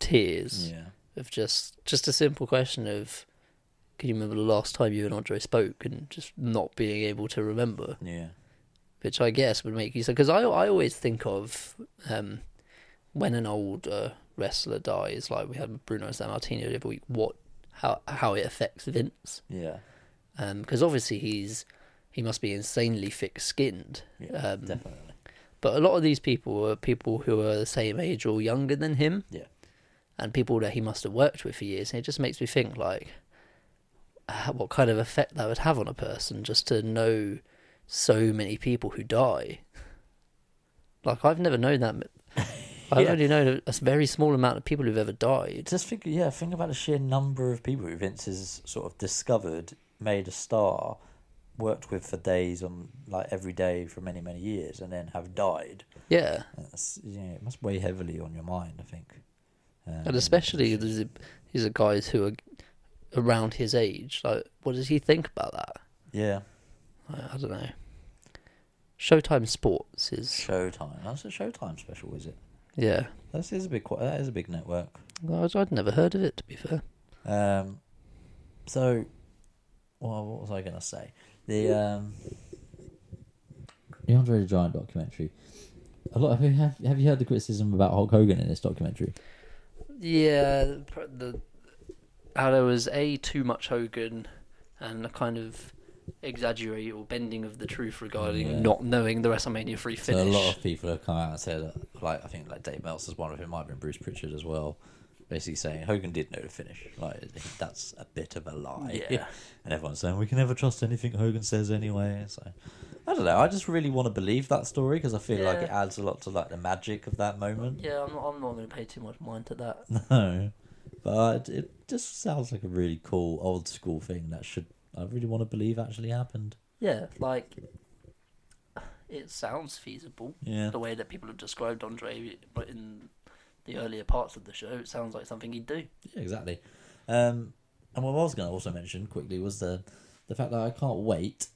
tears
Yeah.
of just just a simple question of, can you remember the last time you and Andre spoke, and just not being able to remember.
Yeah.
which I guess would make you so because I I always think of um, when an old uh, wrestler dies, like we had Bruno Sammartino the other week, what how how it affects Vince
Yeah.
because obviously he's he must be insanely thick-skinned.
Yeah.
um,
definitely.
but a lot of these people are people who are the same age or younger than him,
Yeah.
and people that he must have worked with for years. And it just makes me think like h- what kind of effect that would have on a person just to know so many people who die. Like I've never known that. m- I've
Yeah.
only known a- a s- very small amount of people who've ever died.
Just think, yeah, think about the sheer number of people who Vince has sort of discovered, made a star, worked with for days on like every day for many many years, and then have died.
Yeah,
That's, you know, it must weigh heavily on your mind, I think. Um,
and especially these are, these are guys who are around his age. Like, what does he think about that?
yeah,
I, I don't know. Showtime Sports is
Showtime. That's a Showtime special, is it?
yeah.
That is a big. qu- That is a big network.
Well, I'd, I'd never heard of it to be fair.
Um, so, well, what was I going to say? The um, the Andre the Giant documentary. A lot. Have you have, have you heard the criticism about Hulk Hogan in this documentary?
Yeah, the, pr- the how there was a too much Hogan and a kind of exaggerate or bending of the truth regarding
Yeah.
not knowing the WrestleMania three
So a
finish.
lot of people have come out and said, uh, like I think like Dave Meltz is one of them. Might have been Bruce Pritchard as well. Basically saying Hogan did know the finish. Like that's a bit of a lie.
Yeah.
and everyone's saying we can never trust anything Hogan says anyway. So I don't know. I just really want to believe that story because I feel like
Yeah.
it adds a lot to like the magic of that moment.
yeah, I'm not, I'm not going to pay too much mind to that.
No, but it just sounds like a really cool old school thing that should I really want to believe actually happened.
Yeah, like it sounds feasible.
Yeah.
the way that people have described Andre, but in the earlier parts of the show, it sounds like something he'd do.
Yeah, exactly. Um, and what I was going to also mention quickly was the the fact that I can't wait.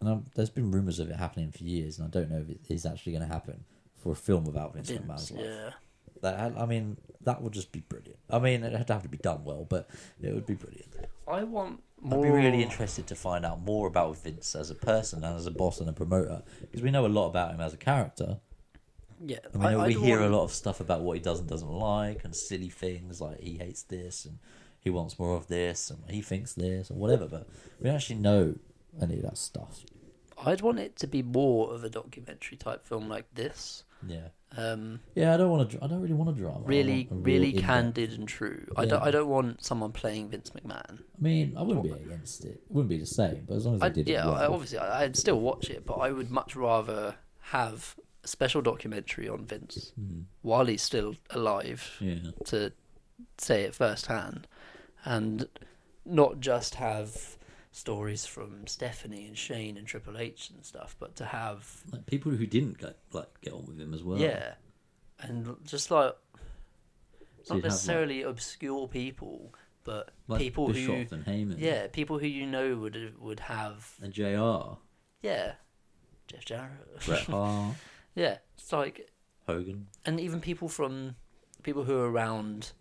And I'm, there's been rumors of it happening for years, and I don't know if it is actually going to happen for a film about Vince,
Vince,
McMahon's life.
yeah.
That I mean, that would just be brilliant. I mean, it'd have to, have to be done well, but it would be brilliant.
I want
I'd
more.
be really interested to find out more about Vince as a person and as a boss and a promoter because we know a lot about him as a character.
Yeah,
I mean,
I
we
do
hear
want-
a lot of stuff about what he does and doesn't like and silly things like he hates this and he wants more of this and he thinks this and whatever, but we don't actually know any of that stuff.
I'd want it to be more of a documentary type film like this.
Yeah.
Um,
Yeah, I don't want to. I don't really want to drama. I
really,
want a real
really
in-depth-
candid and true. I, don't,
Yeah.
I don't want someone playing Vince McMahon.
I mean, I wouldn't be against it. It wouldn't be the same, but as long as they
I,
did
yeah,
it
I,
well.
obviously, I, I'd still watch it, but I would much rather have a special documentary on Vince while he's still alive
Hmm. Yeah.
to say it firsthand and not just have stories from Stephanie and Shane and Triple H and stuff, but to have
Like people who didn't get like get on with him as well.
Yeah, and l- just like
So
not
you'd have, like-
necessarily obscure people, but
Like
people
Bischoff
who
and Heyman.
yeah, people who you know would would have
And Jr.
yeah, Jeff Jarrett,
Bret Hart,
yeah, it's like
Hogan.
and even people from people who were around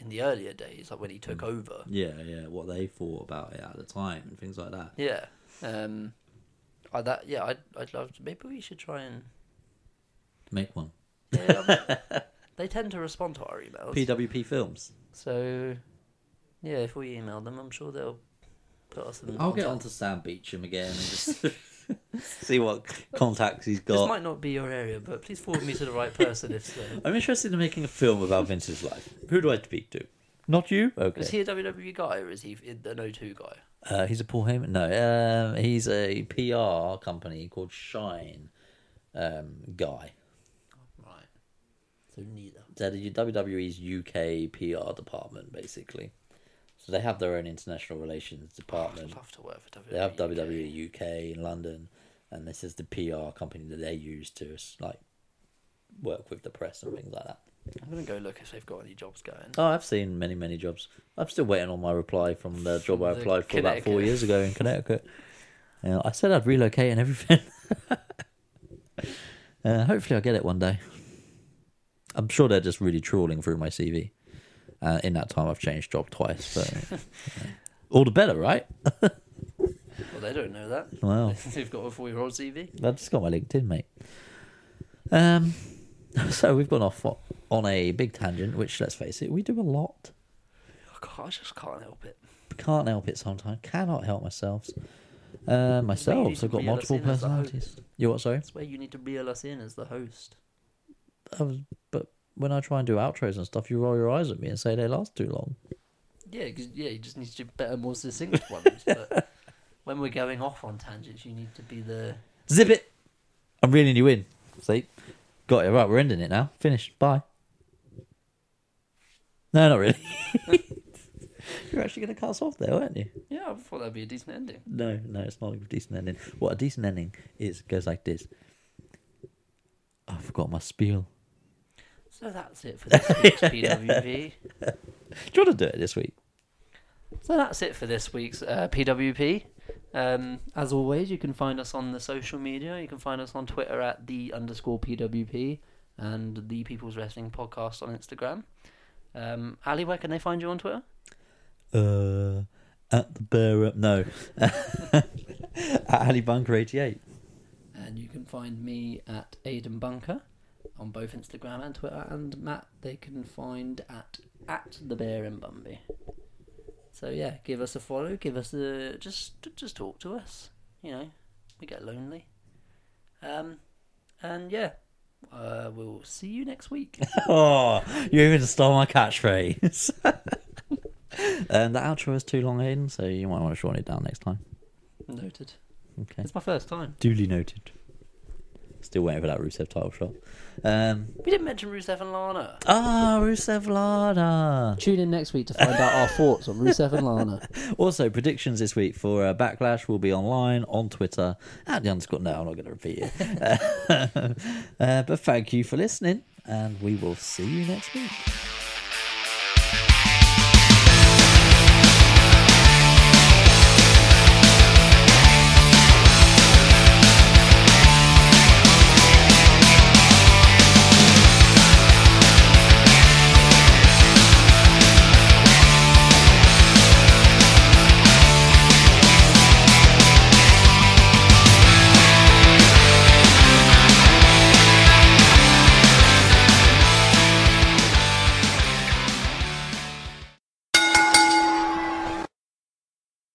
in the earlier days, like when he
Mm.
took over,
Yeah, yeah. What they thought about it at the time and things like that.
yeah, um, I, that yeah, I'd I'd love to. Maybe we should try and
Make one.
yeah, I'm- they tend to respond to our emails.
PWP Films.
So, yeah, if we email them, I'm sure they'll put us in.
I'll get
contact.
onto Sam Beecham again and just see what contacts he's
This
got.
might not be your area, but please forward me to the right person if so.
I'm interested in making a film about Vince's life. Who do I speak to? Not you.
Is
Okay.
he a WWE guy or is he an O2 guy?
Uh, he's a Paul Heyman. No, um, he's a PR company called Shine um, guy.
Right. So neither.
They're the WWE's UK PR department, basically. So they have their own international relations department.
I'd love to work for E. WWE.
They have E. WWE UK in London, and this is the PR company that they use to like work with the press and things like that.
I'm gonna go look if they've got any jobs going.
Oh, I've seen many, many jobs. I'm still waiting on my reply from the job I
The
applied for about four
Connecticut.
years ago in Connecticut. Yeah, I said I'd relocate and everything. uh, hopefully, I get it one day. I'm sure they're just really trawling through my CV. Uh, in that time, I've changed job twice. So, yeah. all the better, right?
Well, Oh, they don't know that.
Wow.
they've got a four-year-old CV.
I've just got my LinkedIn, mate. Um, so we've gone off o- on a big tangent, which let's face it, we do a lot.
I, can't- Oh, I just can't help it.
Can't help it sometimes. Cannot help myself. Uh, myself,
to
I've got
reel us
multiple
in as a host.
personalities. You what? Sorry,
That's where you need to reel us in as the host.
I was, but when I try and do outros and stuff, you roll your eyes at me and say they last too long.
Yeah, 'cause- yeah, you just need to do better, more succinct ones. But when we're going off on tangents, you need to be the
Zip it. I'm reeling you in. See, got it right. We're ending it now. Finished. Bye. No, not really. You're actually going to cut us off there, weren't you?
yeah. I thought that'd be a decent ending.
No, no, it's not a decent ending. What a decent ending is goes like this. I forgot my spiel.
So that's it for this week's PWP.
Do you want to do it this week?
So that's it for this week's uh, PWP. Um, as always, you can find us on the social media. You can find us on Twitter at the underscore PWP and the People's Wrestling Podcast on Instagram. Um, Ali, where can they find you on Twitter?
Uh, at the bearer. No, at Ali Bunker eighty eight.
And you can find me at Aiden Bunker on both Instagram and Twitter. And Matt, they can find at at the Bear in Bumby.
So yeah, give us a follow. Give us a just just talk to us. You know, we get lonely. Um, and yeah, uh, we'll see you next week.
Oh, you even stole my catchphrase. um, the outro is too long, Aiden, so you might want to shorten it down next time.
Noted.
Okay.
It's my first time.
Duly noted. Still waiting for that Rusev title shot. Um,
We didn't mention Rusev and Lana.
ah, Rusev Lana.
Tune in next week to find out our thoughts on Rusev and Lana.
Also, predictions this week for uh, Backlash will be online on Twitter at the underscore. No, I'm not going to repeat it. uh, but thank you for listening, and we will see you next week.